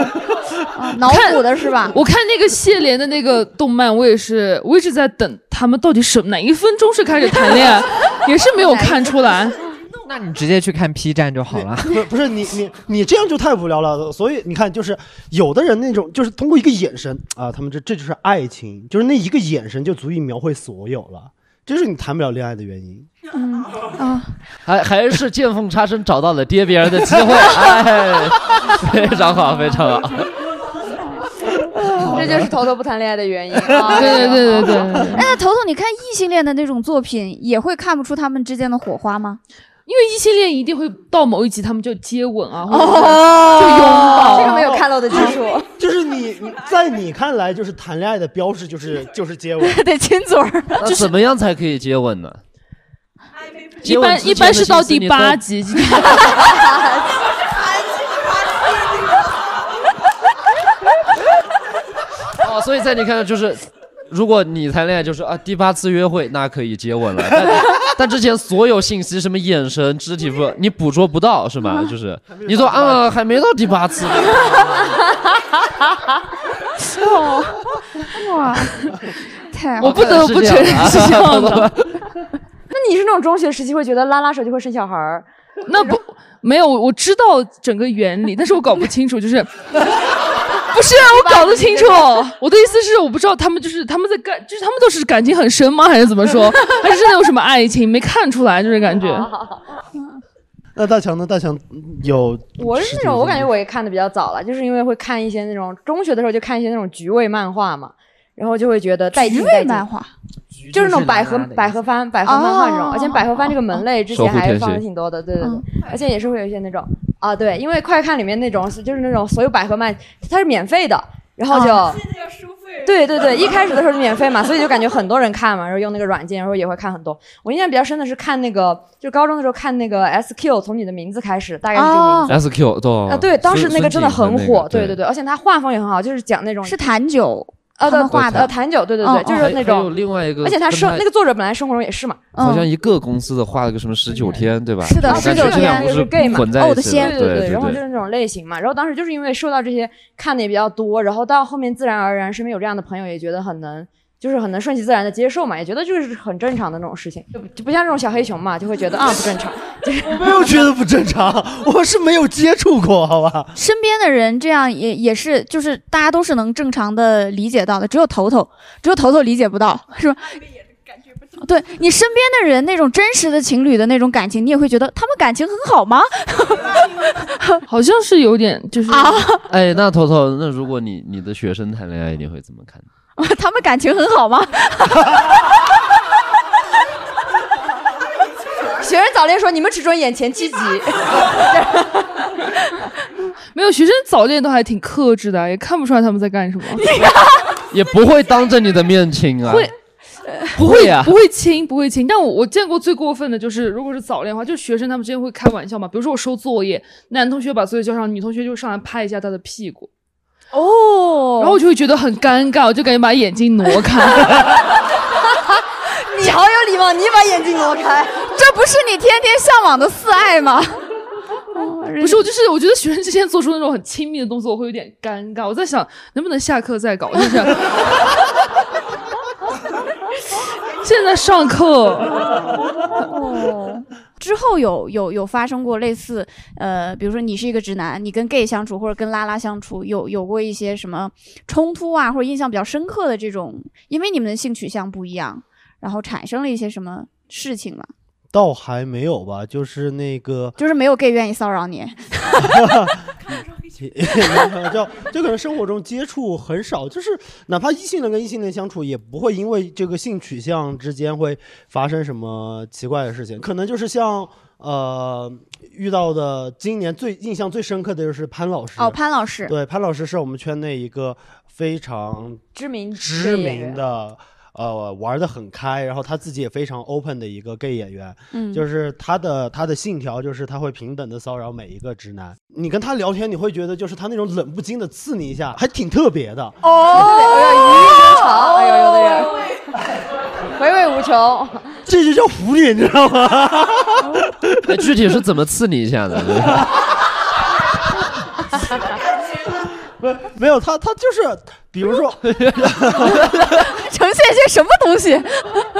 脑补的是吧？
我看那个谢怜的那个动漫，我也是，我一直在等他们到底什哪一分钟是开始谈恋爱， 也是没有看出来。
那你直接去看 P 站就好 了。
不不是你你你这样就太无聊了，所以你看，就是有的人那种，就是通过一个眼神啊，他们这这就是爱情，就是那一个眼神就足以描绘所有了，这是你谈不了恋爱的原因。
嗯啊，
还还是见缝插针找到了 跌别人的机 会，哎，非常好，非常好。
这就是头头不谈恋爱的 原因。啊
对对对对对
哎，那头头，你看异性恋的那种作品，也会看不出他们之间的火花吗？
因为异性恋一定会到某一集，他们就接吻啊，或者
哦
就拥抱，
这个没有看漏的技术。
就是你你在你看来，就是谈恋爱的标志就是就是接吻，
得亲嘴儿。
那怎么样才可以接吻呢？
一般一般 是到第八集。
哦， 所以在你看，就是如果你谈恋爱，就是啊，第八次约会那可以接吻了， 但但之前所有信息，什么眼神、肢体不，你捕捉不到是
嗯
吗？就是你说啊，还没到第八次呢，
哦，哇，
哎
太好了
我不得不承认是这 样的。
那 你是那种中学时期会觉得拉拉手就会生小孩儿？
那不没有，我知道整个原理，但是我搞不清楚，就是 不是啊我搞 得清楚。我的意思是，我不知道他们就是他们在感，就是他们都是感情很深吗？还是怎么说？还是真的有什么爱情没看出来？就是感觉。
啊
那大强呢？大强嗯有
我是
十
那
几
种，
个
我感觉我也看的比较早了，就是因为会看一些那种中学的时候就看一些那种局味漫画嘛，然后就会觉得带劲。
局味
带劲
漫画
就是那
就是
种百
男
合
男的
百合番、百合漫画这种，
哦嗯
而且百合番这个门类之前
守护
还
天
放的
蝎
挺多的，对对对，而且也是会有一些那种啊，对，因为快看里面那种就是那种所有百合漫它是免费的，然后就。
哦
啊
对对对，一开始的时候就免费嘛，所以就感觉很多人看嘛，然后用那个软件，然后也会看很多。我印象比较深的是看那个，就高中的时候看那个 SQ，从你的名字开始，大概是这个
哦
名字。
S Q 懂
啊，对，当时那个真的很火，对
对
对，而且他画风也很好，就是讲那种是
谭九
他
呃对
们画的
呃谭九，对对
哦
对，就是
哦
那
还有
种
另外一个
而且他
跟
生
他
那个作者本来生活中也是嘛，
好像一个公司的画了个什么十九天，对吧？
嗯是的，
我感觉这两部
就是是 gay 嘛，
混在一起的，
对
对
对，然后就是那种类型嘛。然后当时就是因为受到这些看的也比较多，然后到后面自然而然身边有这样的朋友，也觉得很能，就是很能顺其自然的接受嘛，也觉得这个是很正常的那种事情，就不就不像这种小黑熊嘛，就会觉得啊不正常。
我没有觉得不正常，我是没有接触过，好吧？
身边的人这样也也是，就是大家都是能正常的理解到的，只有头头，只有头头理解不到， 是吧？对你身边的人那种真实的情侣的那种感情，你也会觉得他们感情很好吗？
好像是有点就是
啊，
哎，那头头，那如果你你的学生谈恋爱，你会怎么看？
他们感情很好吗？
学生早恋说你们只准眼前积 极，
没有学生早恋都还挺克制的，也看不出来他们在干什么。
也不会当着你的面亲啊，
会
不会啊
不会亲，不会亲。但我我见过最过分的就是，如果是早恋的话，就是学生他们之间会开玩笑嘛。比如说我收作业，男同学把作业交上，女同学就上来拍一下他的屁股，
哦
然后我就会觉得很尴尬，我就赶紧把眼睛挪开。
你好有礼貌，你把眼睛挪开，
这不是你天天向往的四爱吗？
哦
不是，我就是我觉得学生之间做出那种很亲密的动作，我会有点尴尬。我在想，能不能下课再搞？就是 现在上课，
哦， 之后有有有发生过类似呃，比如说你是一个直男，你跟 gay 相处或者跟拉拉相处，有有过一些什么冲突啊，或者印象比较深刻的这种，因为你们的性取向不一样，然后产生了一些什么事情吗？
倒还没有吧，就是那个
就是没有 gay 愿意骚扰你，
就就可能生活中接触很少，就是哪怕异性恋跟异性恋相处，也不会因为这个性取向之间会发生什么奇怪的事情。可能就是像呃遇到的，今年最印象最深刻的就是潘老师。
哦潘老师
对，潘老师是我们圈内一个非常
知名
知
演员
名的。呃玩的很开，然后他自己也非常 open 的一个 gay 演员，
嗯
就是他的他的信条就是他会平等的骚扰每一个直男。你跟他聊天，你会觉得就是他那种冷不丁的刺你一下，还挺特别的。
我要一日之长，哎呦， 有的人回味无穷。
这就叫福利，你知道 吗？
哎，具体是怎么刺你一下的？
不是， 没有他，他就是，比如 说，
呈现些什么东西？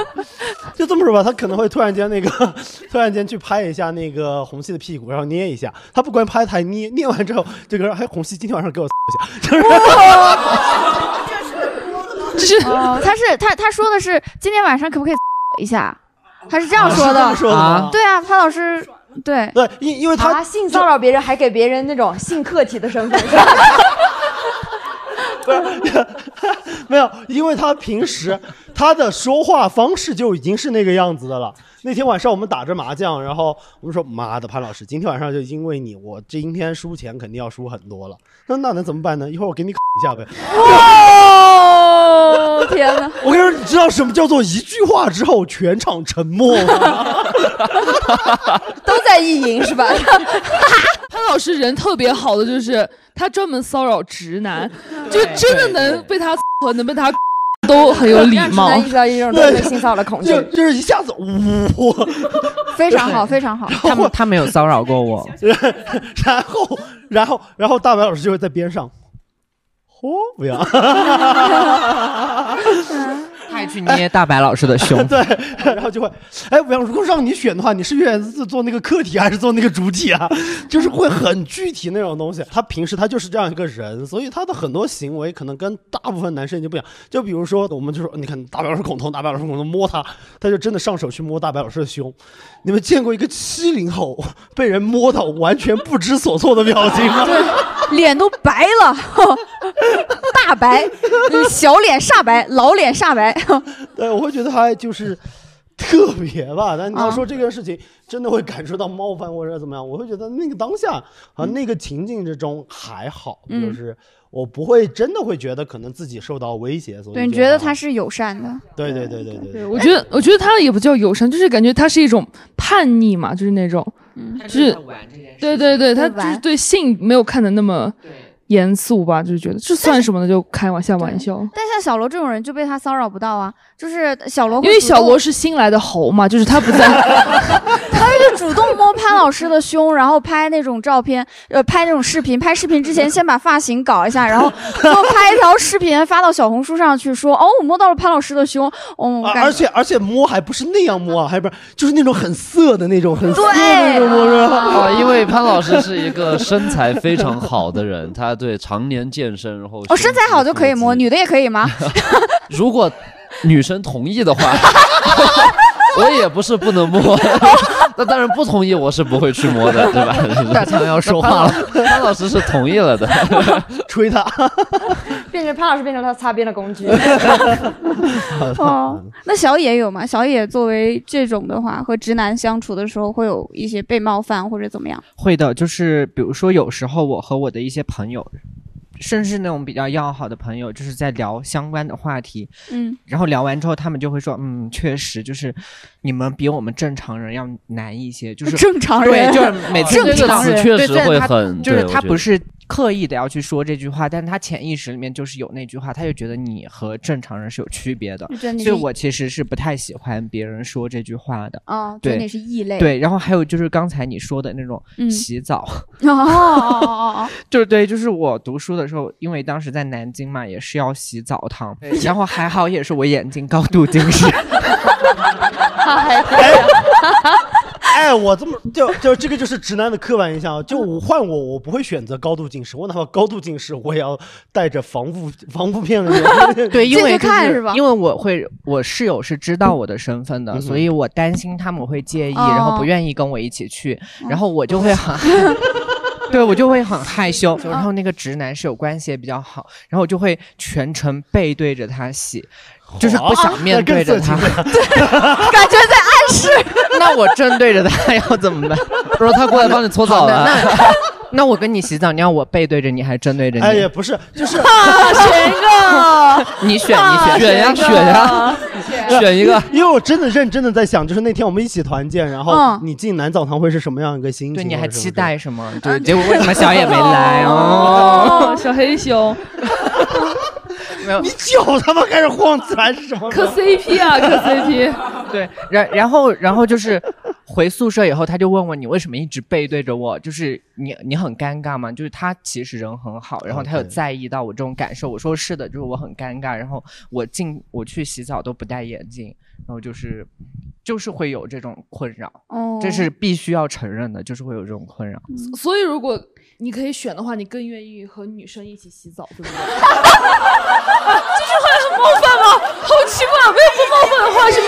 就这么说吧，他可能会突然间那个，突然间去拍一下那个红系的屁股，然后捏一下。他不光拍，他还捏，捏完之后，这个人还红系今天晚上给我一下，就是
哦，他是他他说的是今天晚上可不可以 一下？他是这样说的，
啊是这么说的吗
对啊，潘老师，对
对，因因为
他、啊性骚扰别人，还给别人那种性客体的身份，
没有，因为他平时他的说话方式就已经是那个样子的了。那天晚上我们打着麻将，然后我们说：“妈的，潘老师，今天晚上就因为你，我今天输钱肯定要输很多了。那那能怎么办呢？一会儿我给你 一下呗。”
哦，天哪！
我跟你说，你知道什么叫做一句话之后全场沉默吗？
都在意淫 是吧？
潘老师人特别好的就是他专门骚扰直 男，就真的能被他和能被他 都很有礼 貌。
让直男意识到一种对被性骚扰的恐惧
就就是一下子，呜，
非常好，非常好。
他们他没有骚扰过我，
然后，然后，然后大白老师就会在边上，嚯， 不要，。
他还去 捏大白老师的胸
对，然后就会，哎，不要，如果让你选的话，你是愿意做那个客体还是做那个主体啊？ 就是会很具体那种东西。他平时他就是这样一个人，所以他的很多行为可能跟大部分男生已经不一样。就比如说，我们就说，你看大白老师恐同，大白老师恐同，摸他，他就真的上手去摸大白老师的胸。你们见过一个七零后被人摸到完全不知所措的表情吗？
对，脸都白了， 大白，嗯小脸煞白，老脸煞白。
对，我会觉得他就是特别吧。但你
啊
要说这个事情真的会感受到冒犯或者怎么样，我会觉得那个当下啊，那个情境之中还好，
嗯
就是我不会真的会觉得可能自己受到威胁，所以
对，你
就
觉得他是友善的？
对对对对对对，
我觉得，我觉得他也不叫友善，就是感觉他是一种叛逆嘛，就是那种，就是对对对，他就是对性没有看的那么严肃吧，就是觉得这算什么呢？就开玩笑玩笑。
但像小罗这种人就被他骚扰不到啊，就是小罗会
因为
主
小
动
罗是新来的猴嘛，就是他不在，
他就主动摸潘老师的胸，然后拍那种照片，呃，拍那种视频。拍视频之前先把发型搞一下，然后多拍一条视频发到小红书上去说，哦，我摸到了潘老师的胸，哦，我
啊
感
而且而且摸还不是那样摸啊，还不是就是那种很涩的那种，很涩的那种摸是吧？
哎
啊，因为潘老师是一个身材非常好的人，他对常年健身，然后
哦，身材好就可以摸，女的也可以 吗？
如果女生同意的话， 我也不是不能摸。 那当然不同意，我是不会去摸的，对吧？
大强要说话了
潘老潘老师是同意了的。
吹他。
变成潘老师变成他擦边的 工具。
哦，那小野有吗？小野作为这种的话，和直男相处的时候会有一些被冒犯或者怎么样？
会的，就是比如说有时候我和我的一些朋友，甚至那种比较要好的朋友，就是在聊相关的话题，
嗯，
然后聊完之后，他们就会说，嗯，确实就是你们比我们正常人要难一些，就是
正常人
对，就是每次
哦
正常人
对
确实
虽然他
会很
就是
对
他
我觉
不
得
是刻意的要去说这句话，但是他潜意识里面就是有那句话，他就觉得你和正常人是有区别的
就觉得，你
所以
是
我其实是不太喜欢别人说这句话的，
哦觉得
对，
你是异类
对，然后还有就是刚才你说的那种
嗯
洗澡。
哦哦哦
就是对，就是我读书的时候，因为当时在南京嘛，也是要洗澡堂，然后还好也是我眼睛高度近视，
哎，我这么就就这个就是直男的刻板印象啊。就我换我，我不会选择高度近视，我哪怕高度近视，我也要带着防护防护片的 那种。
对，因为、就是、因为我会，我室友是知道我的身份的，
嗯哼
所以我担心他们会介意，然后
哦
不愿意跟我一起去，然后我就 会很。对，我就会很害
哦
羞，然后那个直男是有关系也比较好，然后我就会全程背对着他洗，就是不想面对着他。
哦 感觉在暗示。
那我正对着他要怎么办？
不是他过来帮你搓澡了
那 那我跟你洗澡，你要我背对着你，还是正对着你？
哎也不是，就是
啊，选一个，
你选你选
选
选呀选呀，
天
选一个
因为我真的认真的在想，就是那天我们一起团建，然后
嗯
你进南澡堂会是什么样一个心情？
对你
或者
还
什么
期
之类的
待什 么？对，结果为什么小野没来哦？
哦， 小黑熊，
你脚他妈开始晃自然是什么？
磕 CP 啊，磕 CP。
对，然然后然后就是回宿舍以后，他就问我你为什么一直背对着我，就是你你很尴尬吗？就是他其实人很好，然后
哦
他有
OK
在意到我这种感受。我说是的，就是我很尴尬，然后我进我去洗澡都不戴眼镜，然后就是就是会有这种困扰，
哦
这是必须要承认的，就是会有这种困扰。
所以如果你可以选的话，你更愿意和女生一起洗澡，对不对？
这句话很冒犯吗？好奇怪，没有不冒犯的话，是不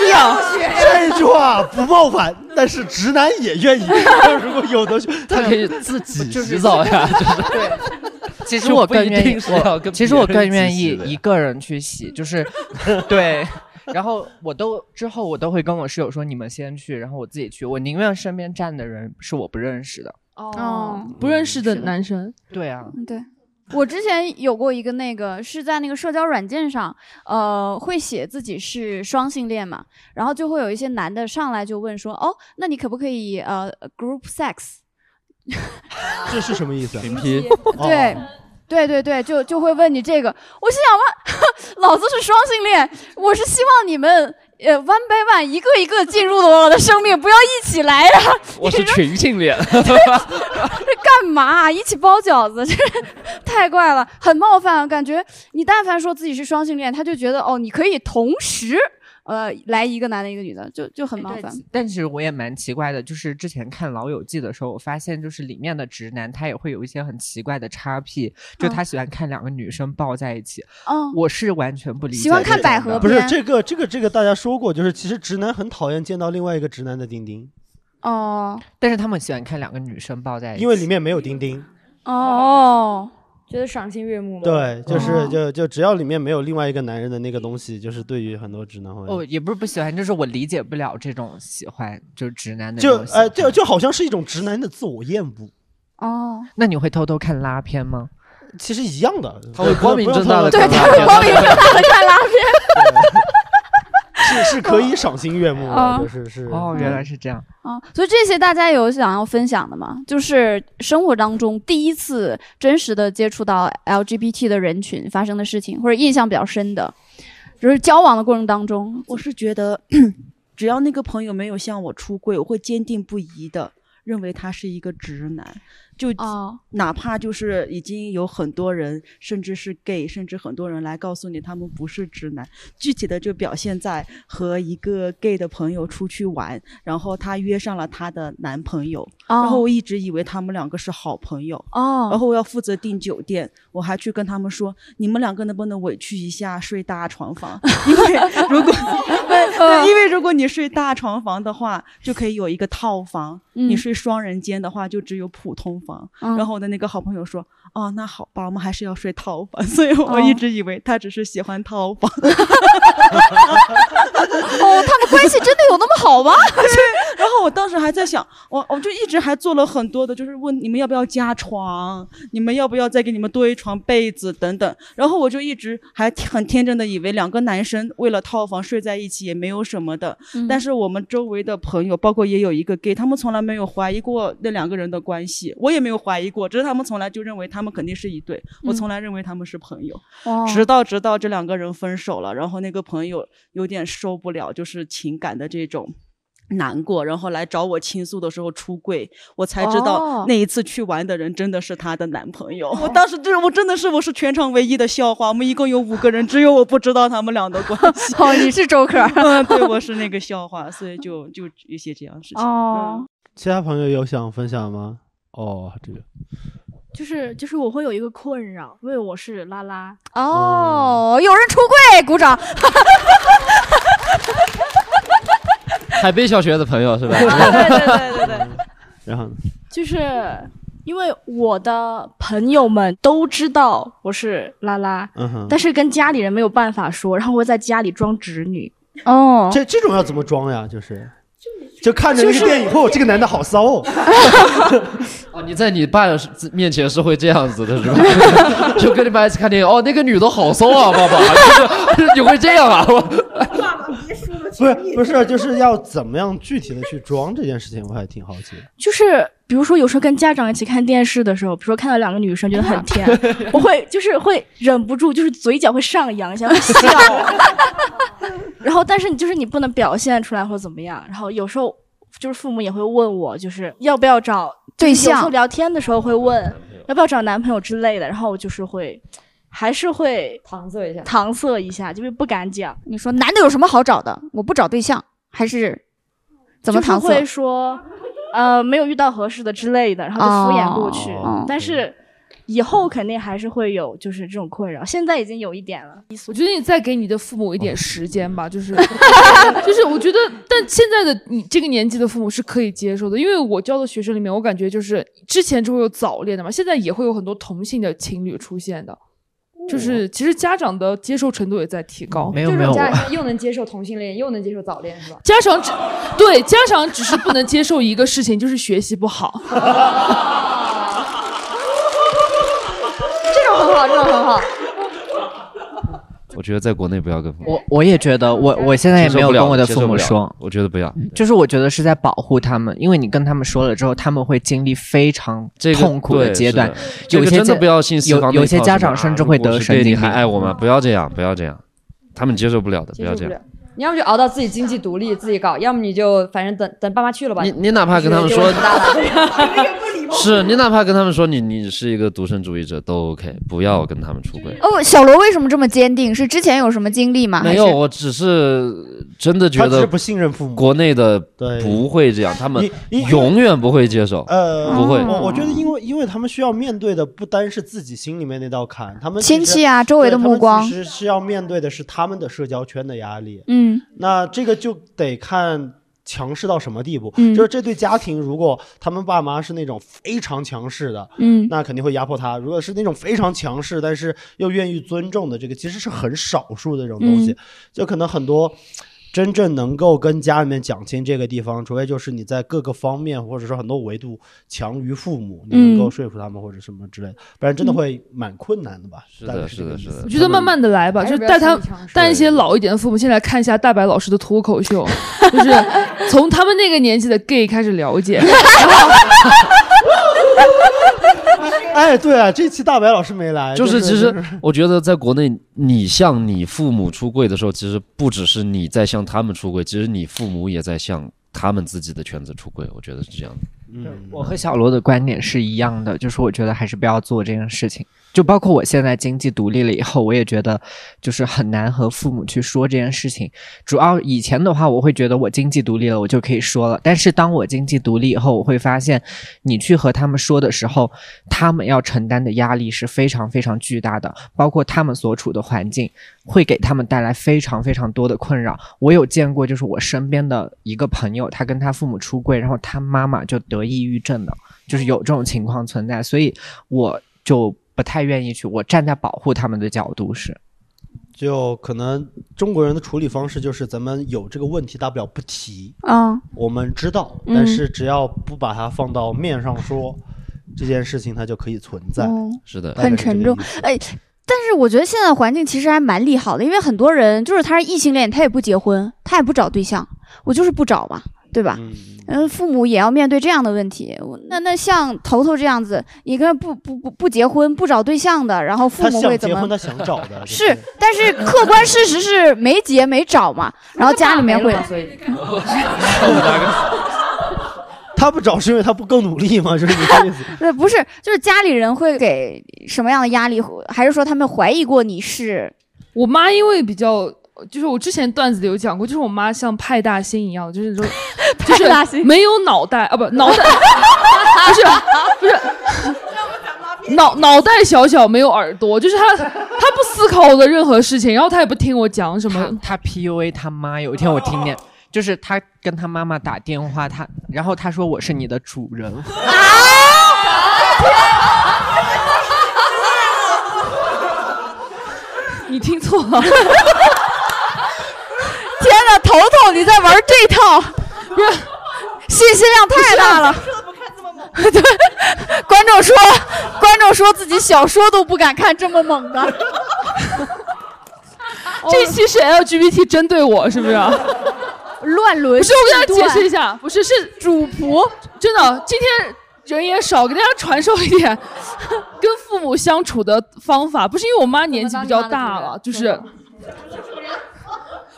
是？
这句话不冒犯，但是直男也 愿意。如果有的，
他可以自 己洗澡呀，就是
其实
就
我
不
更
一
愿
定
意，
是要
我
跟
其实
别
我
人
更
一起
愿
洗
意
的呀
一个人去洗，就是 对。然后我都之后我都会跟我室友说，你们先去，然后我自己去。我宁愿身边站的人是我不认识的。
哦，不认识的男生，
对啊，
嗯对。我之前有过一个那个是在那个社交软件上，呃，会写自己是双性恋嘛，然后就会有一些男的上来就问说，哦，那你可不可以呃 group sex？
这是什么意思？啊哦
平批
对，对对对，就就会问你这个。我心想问，老子是双性恋，我是希望你们呃 one by one 一个一个进入了我的生命，不要一起来呀、
我是群性恋，
这干嘛、啊一起包饺子，这 太怪了，很冒犯。啊感觉你但凡说自己是双性恋，他就觉得哦，你可以同时呃来一个男的，一个女的，就就很
哎
冒犯。
但其实我也蛮奇怪的，就是之前看《老友记》的时候，我发现就是里面的直男他也会有一些很奇怪的叉 P，就他喜欢看两个女生抱在一起。
哦
我是完全不理解。
不是这个这个这个大家说过，就是其实直男很讨厌见到另外一个直男的丁丁，
哦
但是他们喜欢看两个女生抱在一起，
因为里面没有丁丁。
哦，
觉得赏心悦目吗？
对，就是
哦
就就只要里面没有另外一个男人的那个东西，就是对于很多直男会
哦，也不是不喜欢，就是我理解不了这种喜欢，就是直男的
就
那种喜
呃
欢。
就就好像是一种直男的自我厌恶，
哦，
那你会偷偷看拉片吗？
其实一样
呃
的。
他会光明正大地
对
看
不
拉
用
片对他会光明 正大
地看拉
片，是是可以赏心悦目的，
哦
就是是
哦，原来是这样。
哦，所以这些大家有想要分享的吗？就是生活当中第一次真实的接触到 LGBT 的人群发生的事情，或者印象比较深的，就是交往的过程当中，
我是觉得，只要那个朋友没有向我出柜，我会坚定不移的认为他是一个直男。就、
哦
哪怕就是已经有很多人，甚至是 gay，甚至很多人来告诉你他们不是直男。具体的就表现在和一个 gay 的朋友出去玩，然后她约上了她的男朋友，然后
哦
我一直以为他们两个是好朋友，
哦
然后我要负责订酒店，我还去跟他们说，你们两个能不能委屈一下睡大床房？ 因为 如果对
嗯
对，因为如果你睡大床房的话，就可以有一个套房；
嗯
你睡双人间的话，就只有普通房。
嗯
然后我的那个好朋友说。哦，那好吧，我们还是要睡套房， 所以我一
哦
直以为他只是喜欢套房。
哦，他们关系真的有那么好吗？
对。然后我当时还在想，我我就一直还做了很多的，就是问你们要不要加床，你们要不要再给你们多一床被子等等。然后我就一直还很天真的以为两个男生为了套房睡在一起也没有什么的。
嗯
但是我们周围的朋友，包括也有一个 gay，他们从来没有怀疑过那两个人的关系，我也没有怀疑过，只是他们从来就认为他们肯定是一对，我
嗯
从来认为他们是朋友。
哦
直到直到这两个人分手了，然后那个朋友有点受不了，就是情感的这种。难过，然后来找我倾诉的时候出柜，我才知道
哦。
那一次去玩的人真的是她的男朋友。我当时就是我真的是我是全场唯一的笑话，我们一共有五个人， 只有我不知道他们俩的关系
哦你是 周可
嗯，对，我是那个笑话，所以就就一些这样的事情。嗯
哦，
其他朋友有想分享吗？哦，这个
就是就是我会有一个困扰，因为我是拉拉，
哦，有人出柜，鼓掌。
海贝小学的朋友是吧？
对对，
然后呢
就是因为我的朋友们都知道我是拉拉，
嗯哼
但是跟家里人没有办法说，然后我会在家里装侄女。
哦
这这种要怎么装呀？就是就看着
就
那个
是
电影，哦，这个男的好骚 哦。
哦，你在你爸面前是会这样子的是吧？ 就跟你爸一起看电影，哦，那个女的好骚啊，爸爸，就是你会这样啊？我
别输了
不是不是，就是要怎么样具体的去装这件事情，我还挺好奇的。
就是比如说，有时候跟家长一起看电视的时候，比如说看到两个女生觉得很甜，我会就是会忍不住，就是嘴角会上扬一下，会笑。 然后，但是你就是你不能表现出来或者怎么样。然后有时候就是父母也会问我，就是要不要找
对
就是有时候
象
聊天的时候会问要不要找男朋友之类的。然后我就是会还是会
搪塞一下，
搪塞一下，就是不敢讲。
你说男的有什么好找的？我不找对象，还是怎么搪
就是会
塞？
说，呃，没有遇到合适的之类的，然后就敷衍过去。
哦
但是以后肯定还是会有，就是这种困扰。现在已经有一点了。
我觉得你再给你的父母一点时间 吧，就是就是我觉得，但现在的你这个年纪的父母是可以接受的，因为我教的学生里面，我感觉就是之前就会有早恋的嘛，现在也会有很多同性的情侣出现的，
哦
哦
就是其实家长的接受程度也在提高。
没有没有，
家
我
里面又能接受同性恋，又能接受早恋，是吧？
家长只对家长只是不能接受一个事情，就是学习不好。哦
这种很好，这种很好。
我觉得在国内不要跟父母，
我我也觉得，我我现在也没有跟我的父
接
母
受不了
说，嗯
我觉得不要。
就是我觉得是在保护他们，因为你跟他们说了之后，他们会经历非常
这个
痛苦的
对
阶
是
段
的。这
有
个
些
真的
家
不要信息
有
方面
有些
靠
家
什么
长甚
啊
至
如
会
果
得
是
神
对你
经
还
病嗯
爱我吗？不要这样，不要这样，他们接受不了的，不要
受
这
不
样
了。。你要么就熬到自己经济独立，自己搞；要么你就反正等等爸妈去了吧。
你你哪怕跟他们
就
说
就大了
是你哪怕跟他们说你你是一个独身主义者都 OK，不要跟他们出轨。
哦，小罗为什么这么坚定？是之前有什么经历吗？
没有，
哦
我只是真的觉
他只
得
是不信任父母
国内的
对
不会这样，他们
你你
永远不会接受，
呃，
不会。
我我觉得，因为因为他们需要面对的不单是自己心里面那道坎，他们
亲
其实
戚啊周围
对
的
他们
目光
其实是要面对的是他们的社交圈的压力。
嗯，
那这个就得看强势到什么地步。
嗯
就是这对家庭，如果他们爸妈是那种非常强势的，
嗯
那肯定会压迫他；如果是那种非常强势，但是又愿意尊重的，这个其实是很少数的这种东西。
嗯
就可能很多。真正能够跟家里面讲清这个地方，除非就是你在各个方面或者说很多维度强于父母，你能
嗯
够说服他们或者什么之类的，不然真的会蛮困难的吧？
是
大概
的，是
这个
的，
意
是
思
的。
我觉得慢慢的来吧，
还
就是是
不要
带
心
他
理
们带一些老一点的父母先来看一下大白老师的脱口秀，就是从他们那个年纪的 gay 开始了解。
哎，对啊，这期大白老师没来，
就是其实
就是
我觉得在国内，你向你父母出柜的时候，其实不只是你在向他们出柜，其实你父母也在向他们自己的圈子出柜。我觉得是这样的。
我和小罗的观点是一样的，就是我觉得还是不要做这件事情。就包括我现在经济独立了以后，我也觉得就是很难和父母去说这件事情。主要以前的话，我会觉得我经济独立了，我就可以说了。但是当我经济独立以后，我会发现，你去和他们说的时候，他们要承担的压力是非常非常巨大的，包括他们所处的环境会给他们带来非常非常多的困扰。我有见过，就是我身边的一个朋友，他跟他父母出柜，然后他妈妈就得抑郁症了，就是有这种情况存在，所以我就不太愿意去。我站在保护他们的角度是，
就可能中国人的处理方式就是咱们有这个问题，大不了不提，
嗯，
我们知道，
嗯
但是只要不把它放到面上说，这件事情它就可以存在
哦。
是的
很沉重。哎，但是我觉得现在环境其实还蛮利好的，因为很多人就是他是异性恋，他也不结婚，他也不找对象，我就是不找嘛，对吧？嗯，父母也要面对这样的问题。我那那像头头这样子，一个不不不不结婚、不找对象的，然后父
他
母会
想
怎
结
么
婚，？他想找的
是，但是客观事实是没结没找嘛，然后家里 面会
没了嘛所以
他不找是因为他不更努力吗？就是你这意思。
对， 不是，就是家里人会给什么样的压力，还是说他们怀疑过你是？
我妈因为比较。就是我之前段子里有讲过，就是我妈像派大星一 样，就是说，就是没有脑袋啊，不脑袋，不是不是，脑脑袋小小没有耳朵，就是她她不思考我的任何事情，然后她也不听我讲什么。
他 PUA 他妈，有一天我听见，就是他跟他妈妈打电话，他然后他说我是你的主 人，
嗯
你听错了。
天哪，头头你在玩这套，
不是
信息量太大了。 对，观众说，
哦
观众说自己小说都不敢看这么猛的。
这期是 LGBT 针对我，是不是？
乱伦哎
不是，我给大
断
家解释一下，不是是主仆，真的，今天人也少，给大家传授一点跟父母相处的方法。不是因为我妈年纪比较大了，就是。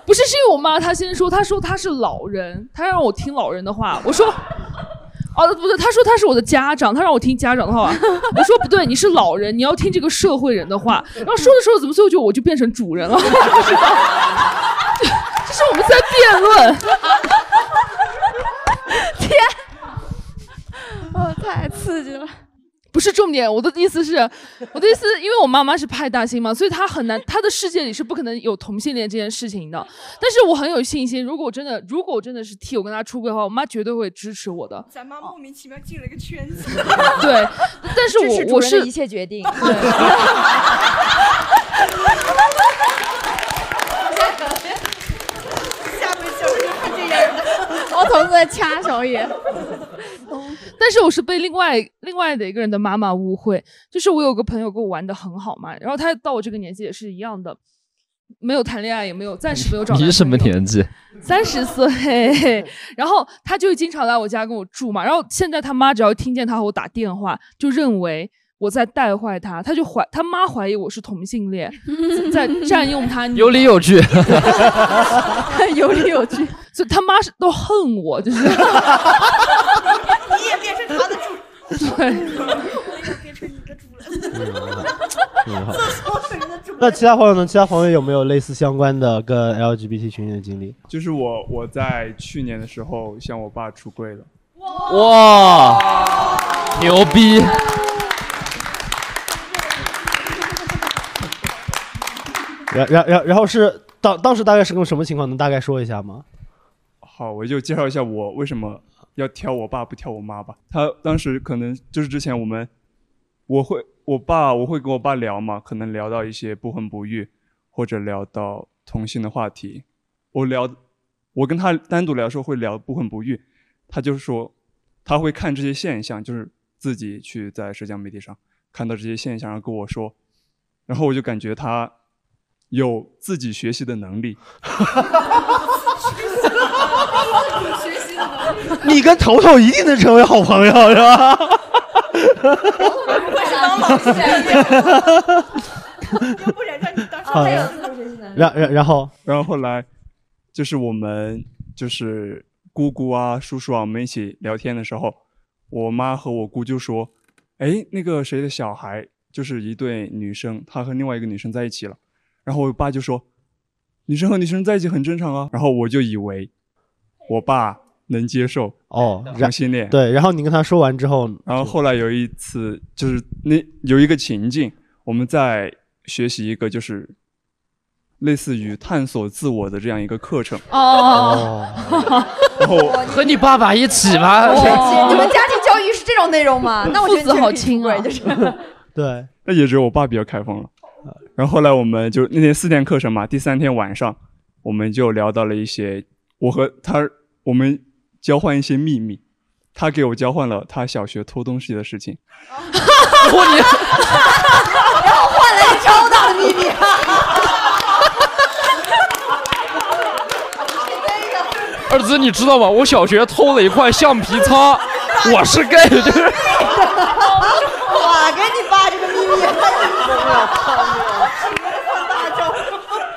不是，是因为我妈她先说，她说她是老人，她让我听老人的话。我说，哦，不对，她说她是我的家长，她让我听家长的话。我说不对，你是老人，你要听这个社会人的话。然后说着说着，怎么最后就我就变成主人了？ 这 是我们在辩论。
天， 哦，太刺激了。
不是重点，我的意思是， 我的意思，因为我妈妈是派大星嘛，所以她很难，她的世界里是不可能有同性恋这件事情的。但是我很有信心，如果我真的，如果我真的是替我跟她出柜的话，我妈绝对会支持我的。
咱妈莫名其妙进了个圈子。
对，但是
支持
我
主
我
人
是
的一切决 定。
下回就是看这样
哦
的。
我头在掐手语。
但是我是被另外另外的一个人的妈妈误会，就是我有个朋友跟我玩的很好嘛，然后他到我这个年纪也是一样的，没有谈恋爱，也没有暂时没有找。
你是什么年纪？
三十岁，然后他就经常来我家跟我住嘛。然后现在他妈只要听见他和我打电话，就认为我在带坏他，他就怀他妈怀疑我是同性恋，在占用他
有理有据。
有理有据。所以他妈是都恨我，就是
你也变成他的主人。
那其他朋友呢？其他朋友有没有类似相关的跟 LGBT 群体的经历？
就是我我在去年的时候向我爸出柜了。
哇，牛逼！
然然然然后是当当时大概是个什么情况？能大概说一下吗？
好，我就介绍一下我为什么要挑我爸不挑我妈吧。他当时可能就是之前我们，我会我爸我会跟我爸聊嘛，可能聊到一些不婚不育，或者聊到同性的话题。我聊，我跟他单独聊的时候会聊不婚不育，他就说他会看这些现象，就是自己去在社交媒体上看到这些现象，然后跟我说，然后我就感觉他有自己学习的能力。
学习的能力。
你跟头头一定能成为好朋友，是吧？
好呀，
然然然后，
然后后来就是我们就是姑姑啊、叔叔啊，我们一起聊天的时候，我妈和我姑就说：“哎，那个谁的小孩，就是一对女生，她和另外一个女生在一起了。”然后我爸就说：“女生和女生在一起很正常啊。”然后我就以为我爸能接受
哦
同性恋，
对，然后你跟他说完之后，
然后后来有一次，就是那有一个情境，我们在学习一个就是类似于探索自我的这样一个课程。
哦 哦
然后
和你爸爸一起吗？
你们家庭教育是这种内容吗？
嗯
那我觉得
父子好
亲啊， 就是。
对，
那也只有我爸比较开放了。然后后来我们就那天四天课程嘛，第三天晚上我们就聊到了一些，我和他我们交换一些秘密，他给我交换了他小学偷东西的事情。
我你
然后换了一超大的秘密。
儿子，你知道吗？我小学偷了一块橡皮擦，我是 gay，就是
我跟你爸这个秘密太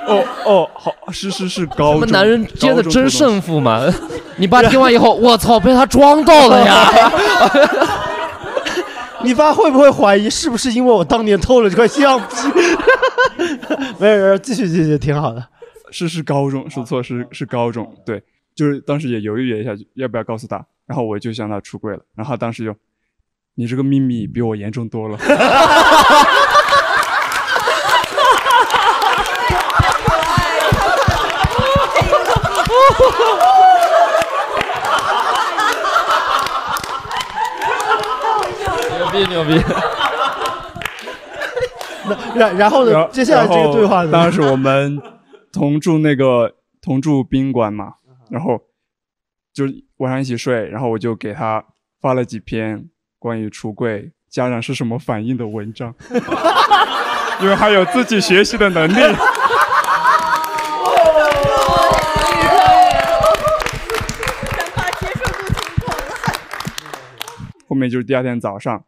哦哦，好，是是是高
我
中。
们男人间的
高中偷东
真
西
胜负嘛。你爸听完以后，我操，被他装到了呀！
你爸会不会怀疑是不是因为我当年偷了这块橡皮？ 没有没有，继续继续，挺好的。
是是高中，说错是是高中，对，就是当时也犹豫了一下，要不要告诉他，然后我就向他出柜了，然后他当时就，你这个秘密比我严重多了，
牛逼牛逼！
然然后呢？接下来这个对话
然
呢？
后当时我们同住那个同住宾馆嘛，然后就晚上一起睡，然后我就给他发了几篇关于出柜家长是什么反 应的文章，因为他有自己学习的能力。后面就是第二天早上，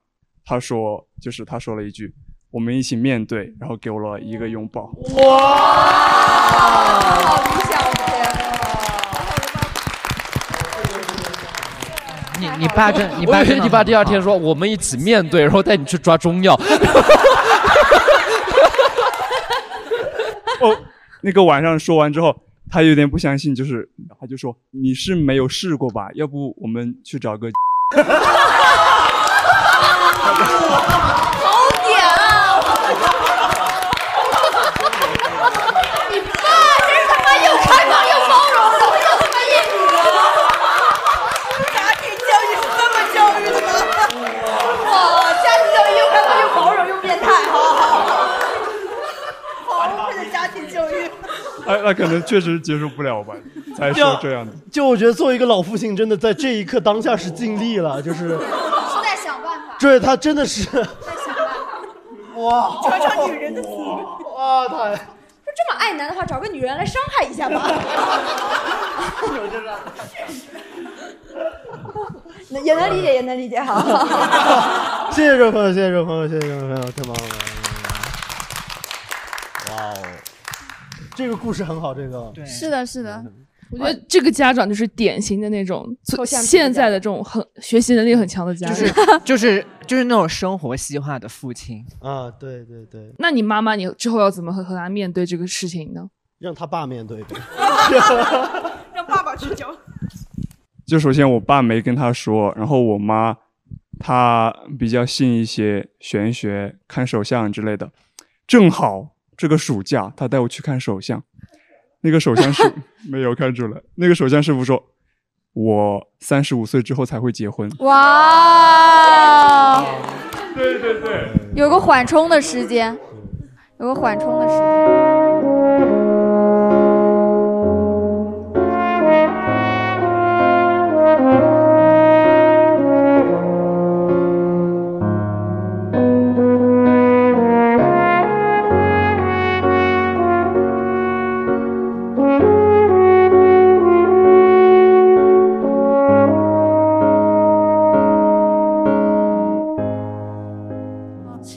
他说就是他说了一句“我们一起面对”，然后给我了一个拥抱。
好理
你
想
你爸
真
你
你爸
以
真
为
的
你爸第二天说我们一起面对，然后带你去抓中 药。
哦，那个晚上说完之后，他有点不相信，就是他就说你是没有试过吧？要不我们去找个
好点啊！你爸真他妈又开放又包容，怎么又他妈一股子？家庭教育是这么教育的吗？哇，家庭教育又开放又包容又变态，好好好，好会的家庭教育。
哎，那可能确实接受不了吧， 才说这样的。
就我觉得作为一个老父亲，真的在这一刻当下是尽力了，就是，
是在想办法，
对他真的是，
在想办法。
哇
尝尝女人的滋味。
哇，太
说这么爱男的话，找个女人来伤害一 下吧。有这 个。也能理解，也能理 解，好。
谢谢这位朋友，谢谢这位朋友，谢谢这位朋友，太棒了！哇哦，这个故事很好，这个对
是的，是的，
我觉得呃这个家长就是典型的那种
臭橡皮的
现在的这种很学习能力很强的家
就
长。
是就是就是那种生活细化的父亲
啊，对对对，
那你妈妈，你之后要怎么和和她面对这个事情呢？
让他爸面对呗。
让爸爸去教。
就首先我爸没跟他说，然后我妈她比较信一些玄学、看手相之类的。正好这个暑假，她带我去看手相，那个手相师 没有看出来，那个手相师傅说，我三十五岁之后才会结婚。
哇，哦
对对对，
有个缓冲的时间，有个缓冲的时间。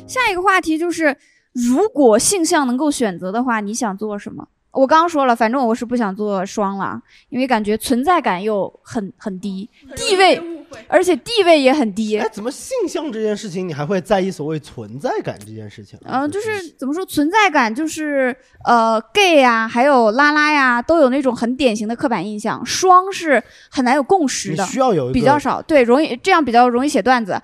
下一个话题就是，如果性向能够选择的话，你想做什么？我刚刚说了，反正我是不想做双了，因为感觉存在感又很很低，地位，而且地位也很低。
哎，怎么性向这件事情你还会在意所谓存在感这件事情？啊
嗯、就是怎么说，存在感就是呃，gay 呀、还有拉拉呀、都有那种很典型的刻板印象。双是很难有共识的，
你需要有一个
比较少，对，容易这样比较容易写段子。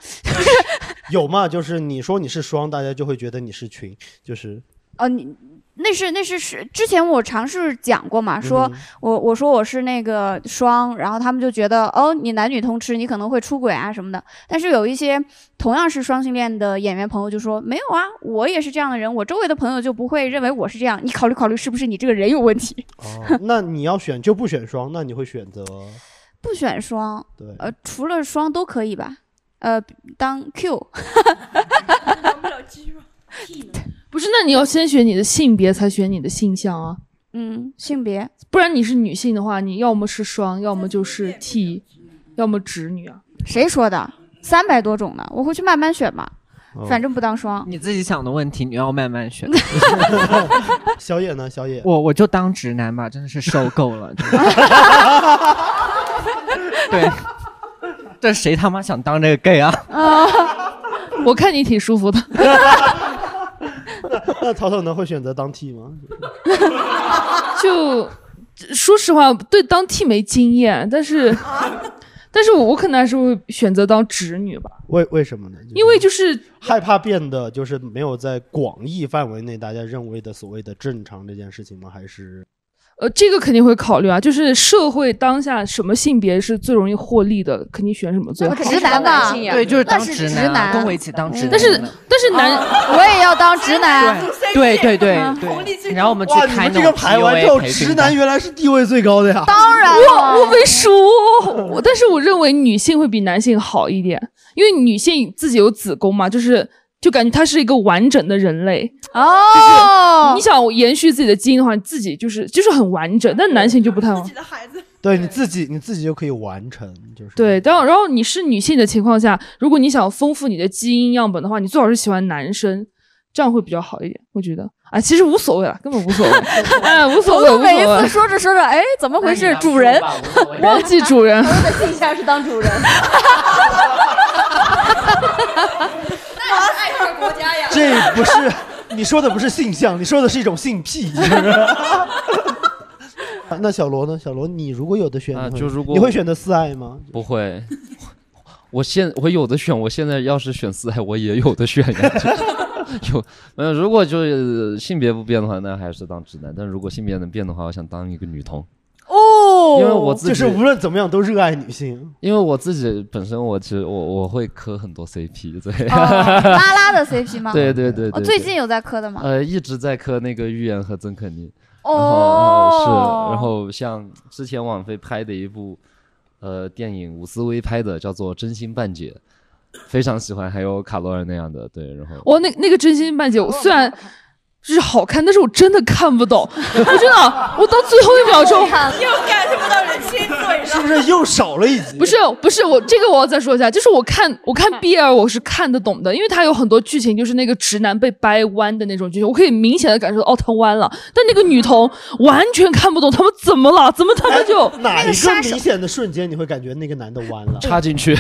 有嘛？就是你说你是双，大家就会觉得你是群，就是
哦，你那是那是是之前我尝试讲过嘛，说、我我说我是那个双，然后他们就觉得哦，你男女通吃，你可能会出轨啊什么的。但是有一些同样是双性恋的演员朋友就说没有啊，我也是这样的人，我周围的朋友就不会认为我是这样。你考虑考虑，是不是你这个人有问题？
哦那你要选就不选双，那你会选择
不选双，
对
呃，除了双都可以吧？呃，当 Q，
不是，那你要先选你的性别，才选你的性向啊。
嗯，性别
不然你是女性的话，你要么是双，要么就是 T，要么直女啊。
谁说的？三百多种呢，我回去慢慢选吧。
哦
嗯
反正不当双，
嗯
你自己想的问题，你要慢慢 选。
小野呢？ 小野，
我我就当直男吧，真的是受够了。真的 对，这谁他妈想当这个 gay 啊？
啊， 我看你挺舒服的。
那曹操呢？会选择当 T 吗？
就说实话，对当 T 没经验，但是，但是我我可能还是会选择当直女吧，
为为什么呢？
因为就是
害怕变得就是没有在广义范围内大家认为的所谓的正常这件事情吗？还是
呃，这个肯定会考虑啊，就是社会当下什么性别是最容易获利的，肯定选什么最好。
直男吧，
对，就是当
那
直
直
男啊，
男，
跟我一起当直男。
但是但是男，
我也要当直男。嗯
对对对对，然后我们去
哇，你
开
们
那
这
种
个排完
PUA
之后，
培训
直
班
男原来是地位最高的呀！
当然
我我没说，我但是我认为女性会比男性好一点，因为女性自己有子宫嘛，就是就感觉她是一个完整的人类
哦
就是你想延续自己的基因的话，你自己就是就是很完整，但男性就不太好。
对你自己你自己就可以完成，就是
对，然后然后你是女性的情况下，如果你想丰富你的基因样本的话，你最好是喜欢男生，这样会比较好一点，我觉得。啊，其实无所谓了，根本 无所谓，哎，无所谓，
我
无所
每一次
谓。
说着说着，哎，怎么回事？主人
忘记 主人
我得记一下是当主人。
爱这个国家呀
这不是你说的不是性向，你说的是一种性癖，是不是？ 啊那小罗呢？小罗，你如果有的选的话，
啊就如果
你会选择四爱吗？
不会， 我现我有的选，我现在要是选四爱，我也有的选呀。就是 有，呃，如果就是性别不变的话，那还是当直男；但如果性别能变的话，我想当一个女同。
哦
因为我自己
就是无论怎么样都热爱女性。
因为我自己本身我其实我我会磕很多 CP，对，
哦拉拉的 CP 吗？
对对对对
哦
对
最近有在磕的吗？
呃一直在磕那个预言和曾可妮，
哦
然后是，然后像之前网飞拍的一部呃电影，伍思薇拍的叫做《真心半解》，非常喜欢，还有卡罗尔那样的，对，然后
我那那个真心半解，我虽然就是好看，但是我真的看不懂， 我真的，我到最后一秒钟
又 get 不到人心嘴 了，
是不是又少了一集？
不是不是，我这个我要再说一下，就是我看我看 BL 我是看得懂的，因为它有很多剧情就是那个直男被掰弯的那种剧情，我可以明显的感受到哦他弯了，但那个女童完全看不懂他们怎么了，怎么他们就
哎哪一个明显的瞬间你会感觉那个男的弯了？
插进去，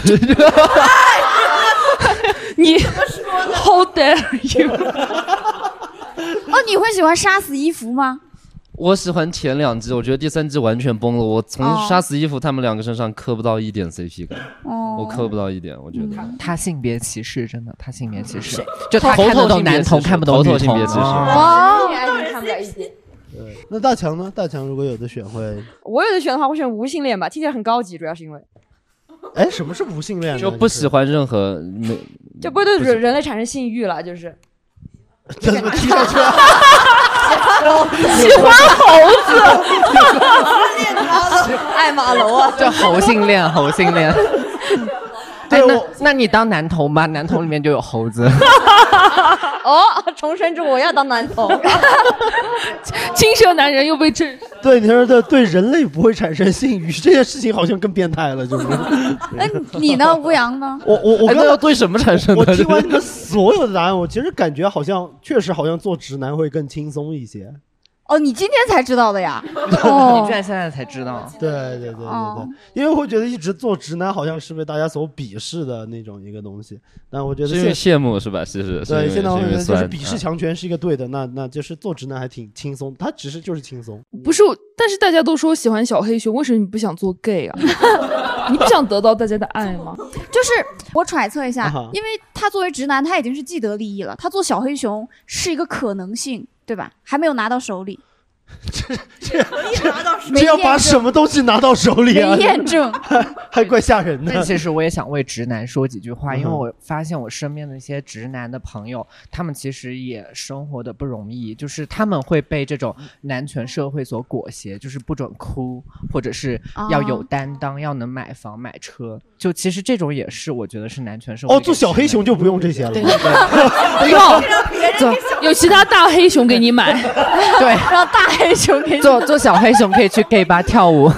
你 How dare you！
哦，你会喜欢杀死伊芙吗？
我喜欢前两季，我觉得第三季完全崩了，我从
哦
杀死伊芙他们两个身上磕不到一点 CP 感，
哦
我磕不到一点，我觉得。
他性别歧视，真的，他性别歧视
是，
就他
头头
看得
性
懂
别
男
歧
同，
视
看不懂
头
女
头性
同
别歧视
啊
哦
哦，你爱你看不了一点。
那大强呢？大强如果有的选会，
我有的选的话，我选无性恋吧，听起来很高级，主要是因为
哎，什么是无性恋呢？
就不喜欢任何没
就不会对人人类产生性欲了，就是。
这怎么踢上 去了？啊
喜
欢
猴
子
爱马楼啊！
叫猴性恋，猴性 恋。
哎
对，那那你当男童吧，男童里面就有猴 子。
哦，重生之我要当男童，
青蛇男人又被震。
对，你说的对人类不会产生性欲这件事情，好像更变态了， 就是。
那你呢？吴阳呢？
我我我
哎
刚
那要对什么产生呢
我听完你们所有的答案，我其实感觉好像确实好像做直男会更轻松一些。
哦，你今天才知道的呀？
你
哦
居，然现在才知道，
对对对对对，
哦
因为会觉得一直做直男好像是被大家所鄙视的那种一个东西，但我觉得
是因为
现
羡慕是吧？是是，是因
对
为
现在
是
我
因
觉
为
得就是
酸
鄙视
啊
强权是一个对的，那那就是做直男还挺轻松，他只是就是轻松。
不是我，但是大家都说喜欢小黑熊，为什么你不想做 gay 啊？ 你不想得到大家的爱吗？
就是我揣测一下
啊，
因为他作为直男，他已经是既得利益了，他做小黑熊是一个可能性，对吧？还没有拿到手里，没
这要
验
把
证
什么 东西拿到手里啊？
没验证
还怪吓人的。嗯
但其实我也想为直男说几句话，因为我发现我身边的一些直男的朋友，他们其实也生活的不容易，就是他们会被这种男权社会所裹挟，就是不准哭，或者是要有
哦
担当，要能买房买车。就其实这种也是，我觉得是男权社会
哦，
给
做小
直
黑
男
熊就不用这些了。
不用，走，有其他大黑熊给你买。
对，
让大黑熊给你
做做小黑熊可以去 gay 吧跳舞。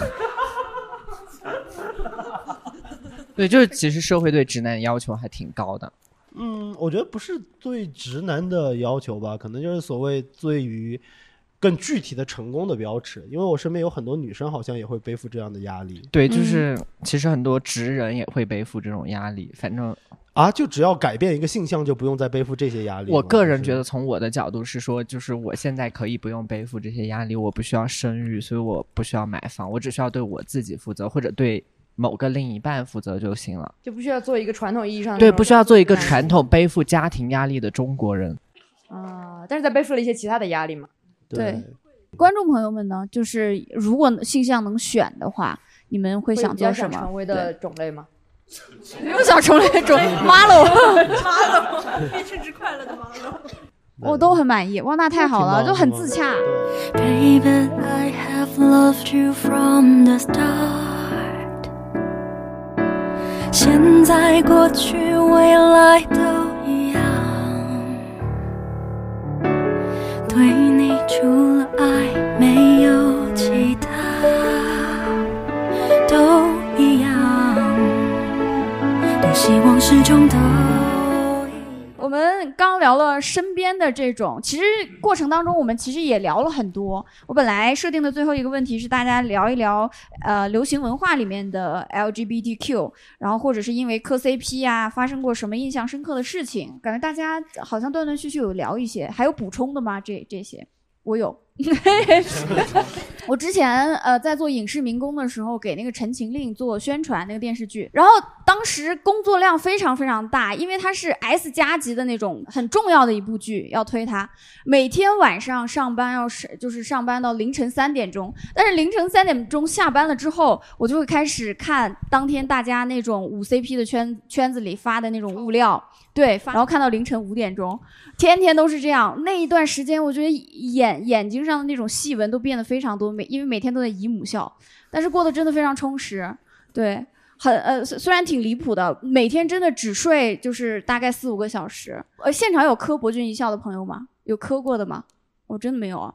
对，就是其实社会对直男要求还挺高的。
嗯，我觉得不是对直男的要求吧，可能就是所谓对于更具体的成功的标尺。因为我身边有很多女生好像也会背负这样的压力。
对，
嗯
就是、其实很多直人也会背负这种压力。反正
啊，就只要改变一个性向，就不用再背负这些压力吗。
我个人觉得，从我的角度是说，就是我现在可以不用背负这些压力，我不需要生育，所以我不需要买房，我只需要对我自己负责，或者对某个另一半负责就行了。
就不需要做一个传统意义上的
对，
那种
不需要做一个传统背负家庭压力的中国人。
啊，但是在背负了一些其他的压力嘛。
对。观众朋友们呢，就是如果性向能选的话，你们会想
比较
做什么？
成为的种类吗？
不用想成为种 Marlow
变成只快乐的马龙。
我都很满意。哇，那太好了，
挺棒
就很自洽。
Baby, I have loved you from the start。现在、过去、未来都一样。对你除了爱没有其他。中都
我们刚聊了身边的这种，其实过程当中我们其实也聊了很多。我本来设定的最后一个问题是大家聊一聊，呃，流行文化里面的 LGBTQ，然后或者是因为磕 CP 啊发生过什么印象深刻的事情，感觉大家好像断断续续有聊一些，还有补充的吗？这这些我有。我之前呃在做影视民工的时候，给那个《陈情令》做宣传那个电视剧，然后当时工作量非常非常大，因为它是 S 加级的那种很重要的一部剧，要推它。每天晚上上班要是就是上班到凌晨三点钟，但是凌晨三点钟下班了之后，我就会开始看当天大家那种五 CP 的圈圈子里发的那种物料，对，发然后看到凌晨五点钟，天天都是这样。那一段时间，我觉得眼眼睛上的那种细纹都变得非常多，每因为每天都在姨母笑，但是过得真的非常充实，对，很呃虽虽然挺离谱的，每天真的只睡就是大概四五个小时。呃，现场有磕博君一笑的朋友吗？有磕过的吗？我真的没有啊，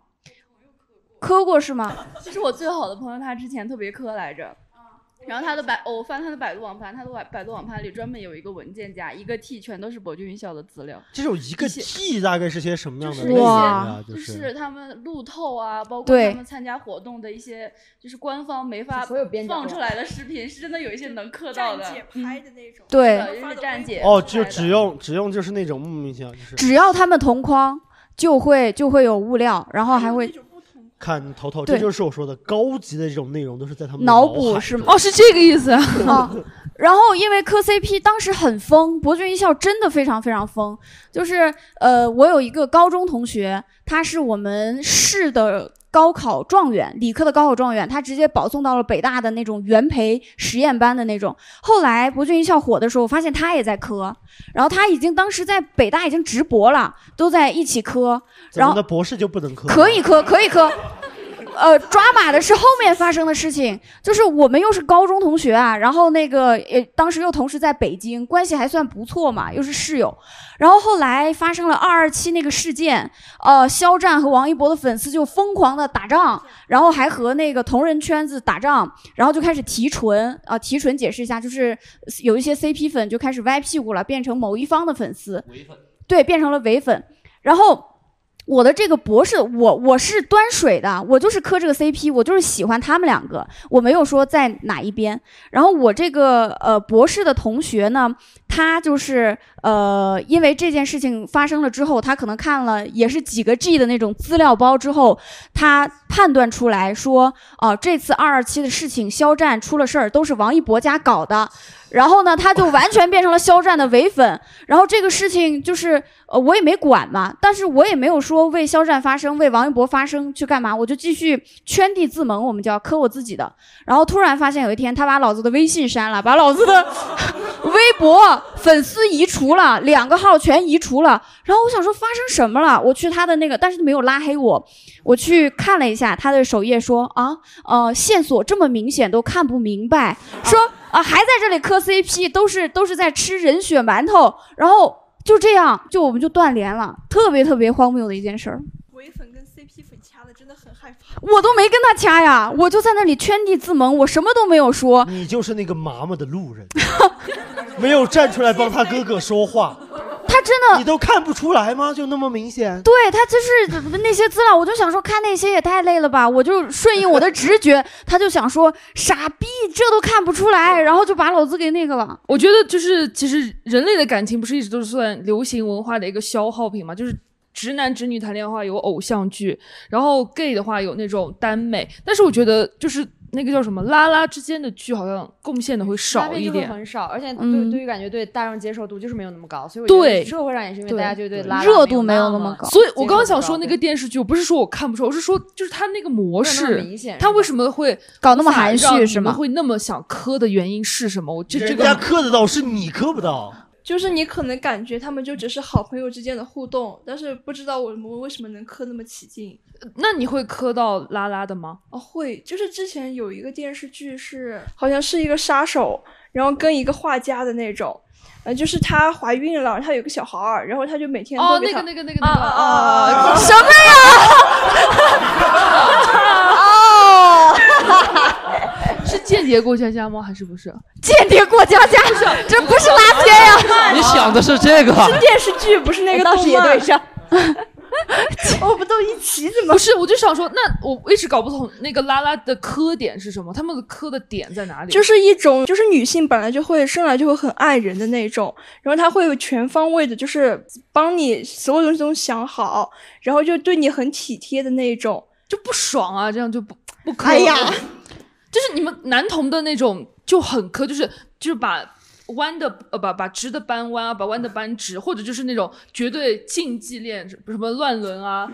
磕过是吗？
其实我最好的朋友他之前特别磕来着，
啊
然后他的百、哦我翻他的百度网盘，他的百百度网盘里专门有一个文件夹，一个 T 全都是博君一笑的资料，
这种一个 T 大概是些什么样的
就是
类
一
型
些
啊？
就是他们路透啊，包括
对
他们参加活动的一些，就是官方没法
角
放出来的视频，是真的有一些能磕到的，拍的那种
对
就是站姐
哦，就只用只用就是那种莫名其妙，就是
只要他们同框，就会就会有物料，然后还会
看头头，
对
这就是我说的高级的这种内容都是在他们的
脑
脑
补
海
是吗？
中
这个意思啊。然后因为磕 CP 当时很疯，博君一笑真的非常非常疯。就是呃，我有一个高中同学，他是我们市的高考状元，理科的高考状元，他直接保送到了北大的那种元培实验班的那种。后来博君一笑火的时候，我发现他也在磕，然后他已经当时在北大已经直博了，都在一起磕，
咱
然后
们的博士就不能磕，
可以磕，可以磕。呃，抓马的是后面发生的事情，就是我们又是高中同学啊，然后那个也当时又同时在北京，关系还算不错嘛，又是室友。然后后来发生了二二七那个事件，呃，肖战和王一博的粉丝就疯狂的打仗，然后还和那个同人圈子打仗，然后就开始提纯啊、提纯解释一下，就是有一些 CP 粉就开始歪屁股了，变成某一方的粉丝，对，变成了伪粉，然后。我的这个博士，我我是端水的，我就是磕这个 CP，我就是喜欢他们两个，我没有说在哪一边。然后我这个呃博士的同学呢，他就是呃因为这件事情发生了之后，他可能看了也是几个 G 的那种资料包之后，他判断出来说，哦、这次二二七的事情，肖战出了事儿，都是王一博家搞的。然后呢，他就完全变成了肖战的伪粉。 然后这个事情就是，呃，我也没管嘛，但是我也没有说为肖战发声、为王一博发声去干嘛，我就继续圈地自萌，我们叫磕我自己的。然后突然发现有一天，他把老子的微信删了，把老子的 微博粉丝移除了，两个号全移除了。然后我想说发生什么了？我去他的那个，但是没有拉黑我，我去看了一下他的首页说，啊，呃，线索这么明显都看不明白，说啊还在这里磕 CP，都是都是在吃人血馒头，然后就这样，就我们就断联了，特别特别荒谬的一件事儿。
伪粉跟 CP 粉掐的真的很害怕。
我都没跟他掐呀，我就在那里圈地自萌，我什么都没有说。
你就是那个麻木的路人， 没有站出来帮他哥哥说话，
他真的
你都看不出来吗？就那么明显，
对他就是 那些资料，我就想说看那些也太累了吧，我就顺应我的直觉，他就想说傻逼，这都看不出来，然后就把老子给那个了。
我觉得就是，其实人类的感情不是一直都是算流行文化的一个消耗品嘛？就是直男直女谈恋爱的话有偶像剧，然后 gay 的话有那种耽美，但是我觉得就是那个叫什么拉拉之间的剧，好像贡献的会
拉
少
片
一
就会
点，
很少，而且
嗯
对对于感觉对大众接受度就是没有那么高，所以我觉得
对
社会上也是因为
对
大家就对
对
拉拉
热
度没有那
那
么高
所以我刚刚想说那个电视剧，我不是说我看不出来，我是说就是它那个模
没有那
式
么明显，
它为什么会
搞那么含蓄
无法让
是
你
吗
们会那么想磕的原因是什么？我这这
人
个
家磕得到，是你磕不到。
就是你可能感觉他们就只是好朋友之间的互动，但是不知道我们为什么能磕那么起劲。
那你会磕到拉拉的吗？
哦，会，就是之前有一个电视剧是，好像是一个杀手，然后跟一个画家的那种，呃，就是她怀孕了，她有个小孩儿，然后她就每天
哦
都
那
给她
个那个那
个那个
啊
什么呀？
哦，是间谍谍过家家吗？还是不是？
间谍过家 家，这不是拉片呀！
你想的是这个？
是电视剧，不是那个
我倒
动
是也
漫。
对 上
我们都一起怎么？
不是，我就想说，那我一直搞不懂那个拉拉的磕点是什么，他们的磕的点在哪里？
就是一种，就是女性本来就会生来就会很爱人的那种，然后她会全方位的，就是帮你所有东西都想好，然后就对你很体贴的那种，
就不爽啊，这样就不不磕。
哎呀，
就是你们男同的那种就很磕，就是就是把弯的呃把把直的扳弯啊，把弯的扳直，或者就是那种绝对竞技恋什么乱伦啊，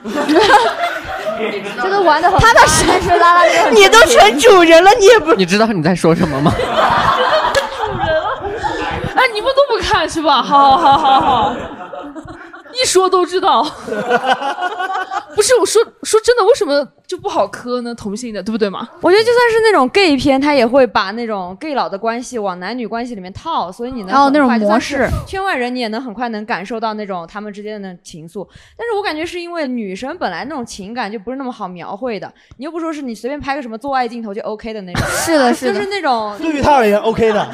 这都玩的很。
他的
是是拉拉队，
你都成主人了，你也不
你知道你在说什么吗？
哎，你们都不看是吧？好好好 好，一说都知 道。不是我说说真的，为什么就不好磕呢？同性的对不对嘛？
我觉得就算是那种 gay 片，他也会把那种 gay 佬的关系往男女关系里面套，所以你能
哦
很快
那种模式
就算是圈外人你也能很快能感受到那种他们之间的情愫。但是我感觉是因为女生本来那种情感就不是那么好描绘的，你又不说是你随便拍个什么做爱镜头就 OK 的那种，
是的是的
就是那种
对于他而言 ，OK 的，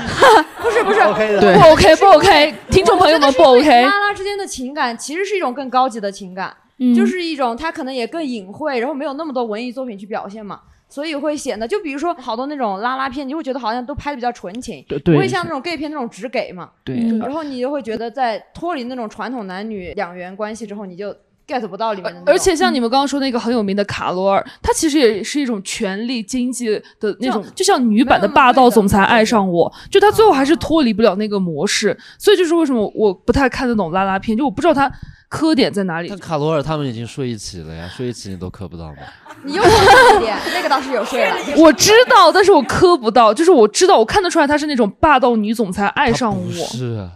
不是不是
OK 的，
不 OK 哎不 OK，听众朋友们不
我觉得是
OK
因为。拉拉之间的情感其实是一种更高级的情感，
嗯
就是一种他可能也更隐晦，然后没有那么多文艺作品去表现嘛。所以会显得，就比如说好多那种拉拉片，你会觉得好像都拍的比较纯情，
对对
不会像那种 gay 片那种直给嘛。
对嗯
然后你就会觉得在脱离那种传统男女两元关系之后，你就 get 不到里面的那种。
而且像你们刚刚说那个很有名的卡罗尔，他其实也是一种权力经济的那种，就像女版的霸道总裁爱上我，就他最后还是脱离不了那个模式，所以就是为什么我不太看得懂拉拉片，就我不知道他磕点在哪里。
卡罗尔他们已经睡一起了呀，睡一起你都磕不到吗？
你又 说一点，嗯那个倒是有睡了。
我知道，但是我磕不到，就是我知道，我看得出来她是那种霸道女总裁爱上我。
是啊，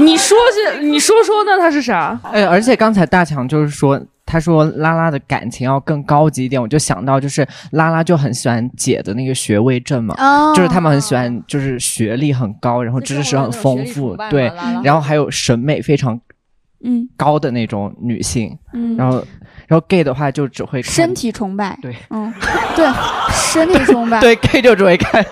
你说是，你说说那她是啥？
哎，而且刚才大强就是说，他说拉拉的感情要更高级一点，我就想到就是拉拉就很喜欢姐的那个学位证嘛，
哦
就是他们很喜欢，就是学历很高，然后知识很丰富，
崇拜嘛
对
拉拉，
然后还有审美非常
嗯
高的那种女性，
嗯
然后然后 gay 的话就只会看
身体崇拜，
对，
嗯，对，身体崇拜，
对 gay 就只会看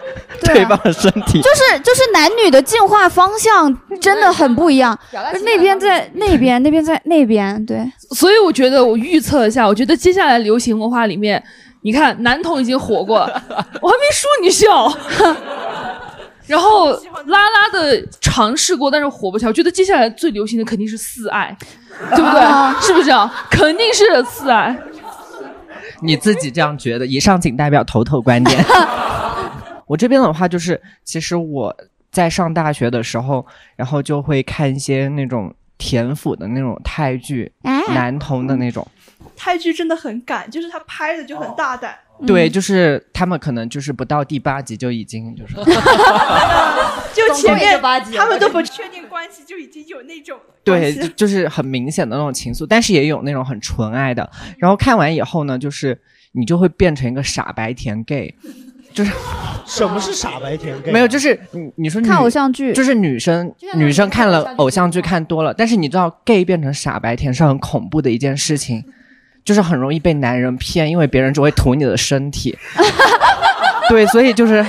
对方的身体，
啊就是就是男女的进化方向真的很不一样
表达，
那边在那边，那边在那边，对，
所以我觉得我预测一下，我觉得接下来流行文化里面，你看男同已经火过 了，我还没说你笑。 然后拉拉的尝试过，但是火不起来。我觉得接下来最流行的肯定是四爱，对不对？
啊
是不是这样？肯定是四爱。
你自己这样觉得。以上仅代表头头观点。 我这边的话就是，其实我在上大学的时候，然后就会看一些那种田府的那种泰剧，
啊
男童的那种。
泰剧真的很敢，就是他拍的就很大胆。
哦
嗯
对，就是他们可能就是不到第八集就已经就是
就前面他们都不
确
定关系，就已经有那种
对，就就是很明显的那种情愫，但是也有那种很纯爱的。然后看完以后呢，就是你就会变成一个傻白甜 gay，就是
什么是傻白甜 gay？
没有，就是你你说
看
女
偶像剧
就是女生女生看了偶像剧看多了，但是你知道 gay 变成傻白甜是很恐怖的一件事情，就是很容易被男人骗，因为别人只会图你的身体。 对，所以就是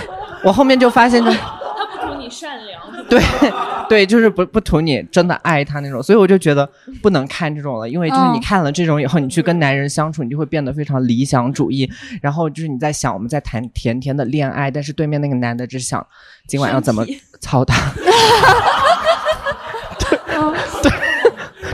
我后面就发现就。
他不图你善良，
对 对，就是不不图你真的爱他那种，所以我就觉得不能看这种了，因为就是你
嗯
看了这种以后，你去跟男人相处，你就会变得非常理想主义，然后就是你在想我们在谈甜甜的恋爱，但是对面那个男的只想今晚要怎么
身体
操他。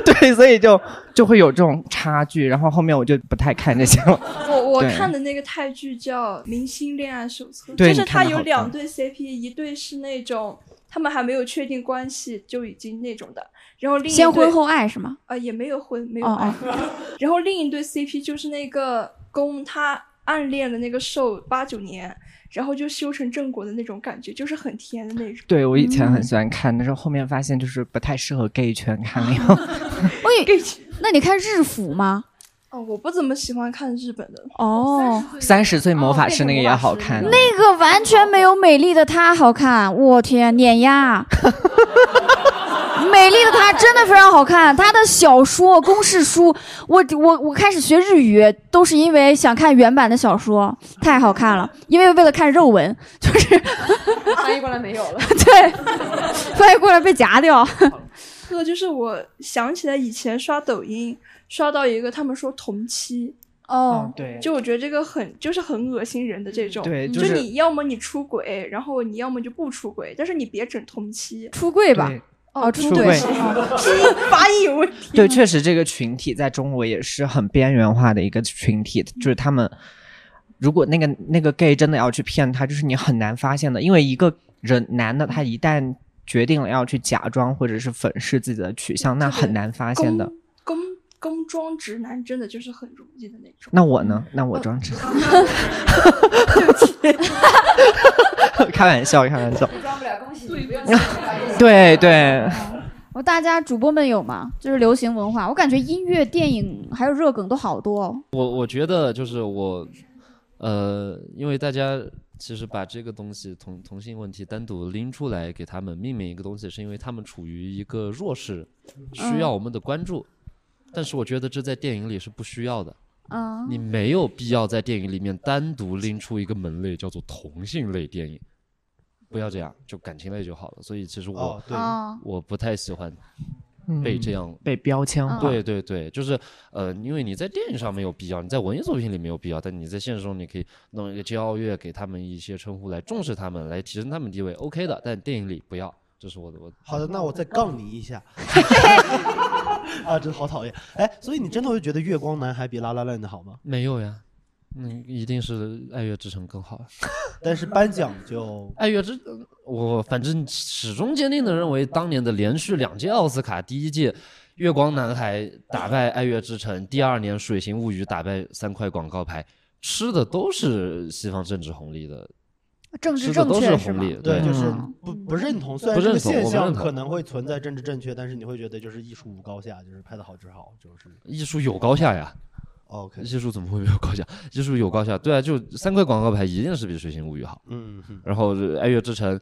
对对，所以就就会有这种差距，然后后面我就不太看这些了。
我我
对
看的那个泰剧叫《明星恋爱手册》，
对
就是
你看
它
得
有
好
两对 CP，一对是那种他们还没有确定关系就已经那种的，然后另一
先婚
对
后爱是吗？
啊，也没有婚，没有
哦
爱。 然后另一对 CP 就是那个攻他暗恋的那个受八九年，然后就修成正果的那种感觉，就是很甜的那种。
对我以前很喜欢看，但是后面发现就是不太适合 gay 圈看了以后。
喂，那你看日服吗？
哦，我不怎么喜欢看日本的。
哦，
三十岁魔法师那个也好看，
那个完全没有《美丽的她》好看，我天，碾压，美 美丽的她真的非常好看，她的小说、公式书，我我我开始学日语都是因为想看原版的小说，太好看了，因为为了看肉文，
翻译过来没 有了。
对，翻译过来被夹掉。
这个就是我想起来以前刷抖音刷到一个，他们说同妻。
哦
嗯对
就我觉得这个很就是很恶心人的这种，
对
就
就是
你要么你出轨，然后你要么就不出轨，但是你别整同期
出柜吧对
哦，
出
轨
轨
是 吧拼音发音有问题，
对，确实这个群体在中国也是很边缘化的一个群体，就是他们如果那个那个 gay 真的要去骗他，就是你很难发现的，因为一个人男的他一旦决定了要去假装或者是粉饰自己的取向，那很难发现的。
工工装直男真的就是很容易的那种。
那我呢？那我装 直 男，开玩笑，开玩笑。
装不了，恭喜你。
对对，
我大家主播们有吗？就是流行文化，我感觉音乐、电影还有热梗都好多哦。
我我觉得就是我，呃，因为大家其实把这个东西同同性问题单独拎出来给他们命名一个东西，是因为他们处于一个弱势，需要我们的关注。但是我觉得这在电影里是不需要的。
嗯
你没有必要在电影里面单独拎出一个门类叫做同性类电影，不要这样，就感情类就好了。所以其实我、
哦对哦
我不太喜欢被这样、
被标签化，
对对对，就是呃，因为你在电影上没有必要，你在文艺作品里没有必要，但你在现实中你可以弄一个交月，给他们一些称呼来重视他们，来提升他们地位，OK 的。但电影里不要，这是我的我的
好的，那我再杠你一下。 啊，真好讨厌！哎，所以你真的会觉得《月光男孩》比《拉拉链》的好吗？
没有呀，嗯，一定是《爱乐之城》更好。
但是颁奖就
哎
爱乐之，我反正始终坚定的认为，当年的连续两届奥斯卡，第一届《月光男孩》打败《爱乐之城》，第二年《水形物语》打败三块广告牌，吃的都是西方政治红利的，
政
治正确是吧吃的都是红利
对，
对
就是
嗯
不不认同。虽然
不
这个
认同
现
我不
象
认同
可能会存在政治正确，但是你会觉得就是艺术无高下，就是拍的好就是 好，就是
艺术有高下呀。
OK，
艺术怎么会没有高下？艺术有高下，对啊，就三块广告牌一定是比《水形物语》好。
嗯哼
然后《爱乐之城》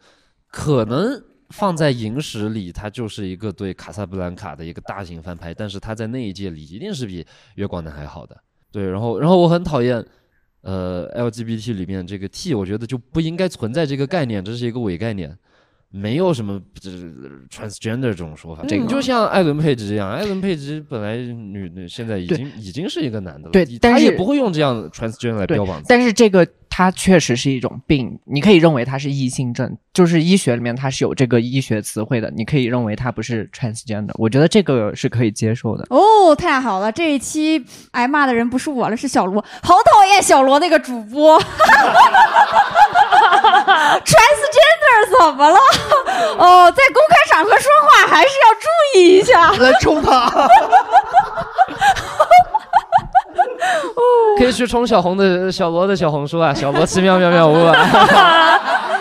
可能放在影史里，它就是一个对卡萨布兰卡的一个大型翻拍，但是它在那一届里一定是比《月光男孩》好的。对，然后然后我很讨厌。呃，LGBT 里面这个 T，我觉得就不应该存在这个概念，这是一个伪概念，没有什么这 transgender 这种说法。
嗯这个
嗯
就像艾伦佩吉一样，艾伦佩吉本来女女现在已
对
经已经是一个男的了，
对
他
但
也
是
不会用这样的 transgender 来
对
标榜自己。
但是这个它确实是一种病，你可以认为它是异性症，就是医学里面它是有这个医学词汇的，你可以认为它不是 transgender，我觉得这个是可以接受的。
哦，太好了！这一期挨骂的人不是我了，是小罗。好讨厌小罗那个主播，transgender 怎么了？哦，在公开场合说话还是要注意一下。
来冲他！
可以去冲小红的小罗的小红书啊，小罗奇妙妙妙屋啊，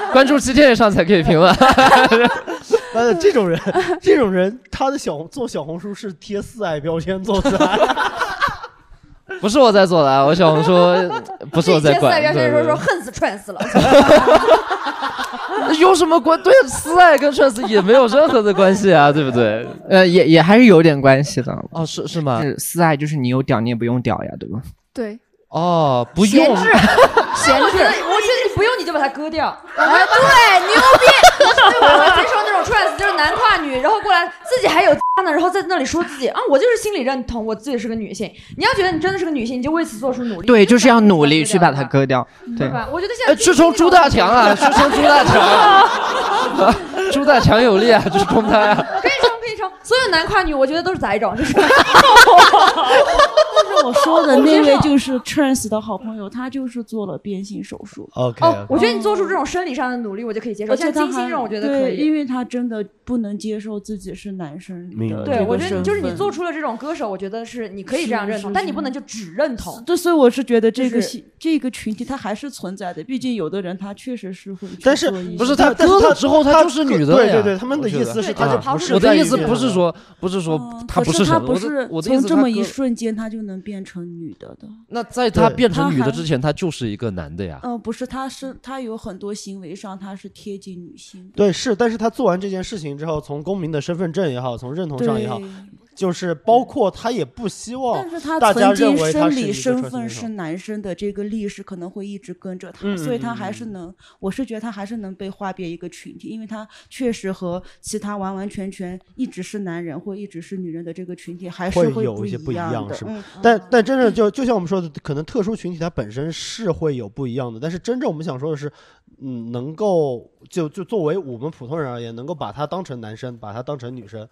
关注七天以上才可以评论。
但是这种人，这种人他的小红做小红书是贴四爱标签做出来的。
不是我在做的啊，我小红书不是我在管。
现在
对
说
对对
说恨死踹死了，
有什么关？对，私爱跟 trans 也没有任何的关系啊，对不对？
呃，也也还是有点关系的。
哦，是是吗？
是私爱，就是你有屌你也不用屌呀，对吧？
对，
哦，不
闲
用。
置， 闲置。我觉得你不用你就把它割掉。哎，
对，牛
逼！对，我能接受那种 trans，就是男跨女，然后过来自己还有呢，然后在那里说自己啊，我就是心理认同，我自己是个女性。你要觉得你真的是个女性，你就为此做出努力。
对，就是要努力去把它割掉。对，
对
哎
吧？我觉得现在
去冲朱大强啊，去冲朱大强啊， 朱大强有力啊，去冲他呀、
可以冲，可以冲。所有男跨女，我觉得都是杂种，就 是就是。
我说的那位就是是 Trans 的好朋友，他就是做了变性手术。
OK，
哦，我觉得你做出这种生理上的努力，我就可以接受。
而且
像
他
金星这种，我觉得可
对，
以。
因为他真的不能接受自己是男生的
明
这个
对，我觉得
身
你就是你
份
做出了这种歌手，我觉得是你可以这样认同，
是是
但你不能就只认同。
对，所以我是觉得这
就
个
是
系这个群体它还是存在的，毕竟有的人他确实是会去
但是
做一些
不是他但是他割了之后他他就是女的了
呀
对对对他们的意思是他就不是
啊我的
在
意
于
思
这个
不是说不是说
嗯
他
可
不
是
神，
他不
我的
是
我的意
从
思
这
他
么一
割
瞬间他就能变成女的的。
那在他变成女的
还
之前，他就是一个男的呀。
嗯、不是，他是他有很多行为上他是贴近女性的。
对，是，但是他做完这件事情之后，从公民的身份证也好，从认同上也好
对，
就是包括他也不希望
但是他
哦大家
曾
认
经
为他
生
是一
理
个
身
transgender
份是男生的这个历史可能会一直跟着他，
嗯
所以
嗯
他
嗯
还是能，我是觉得他还是能被划别一个群体，因为他确实和其他完完全全一直是男人或一直是女人的这个群体还是
会有
不
一些不
一样
样，
的，
是吧
嗯，？
但但真正就就像我们说的，可能特殊群体它本身是会有不一样的，但是真正我们想说的是，嗯，能够就就作为我们普通人而言，能够把它当成男生，把它当成女生，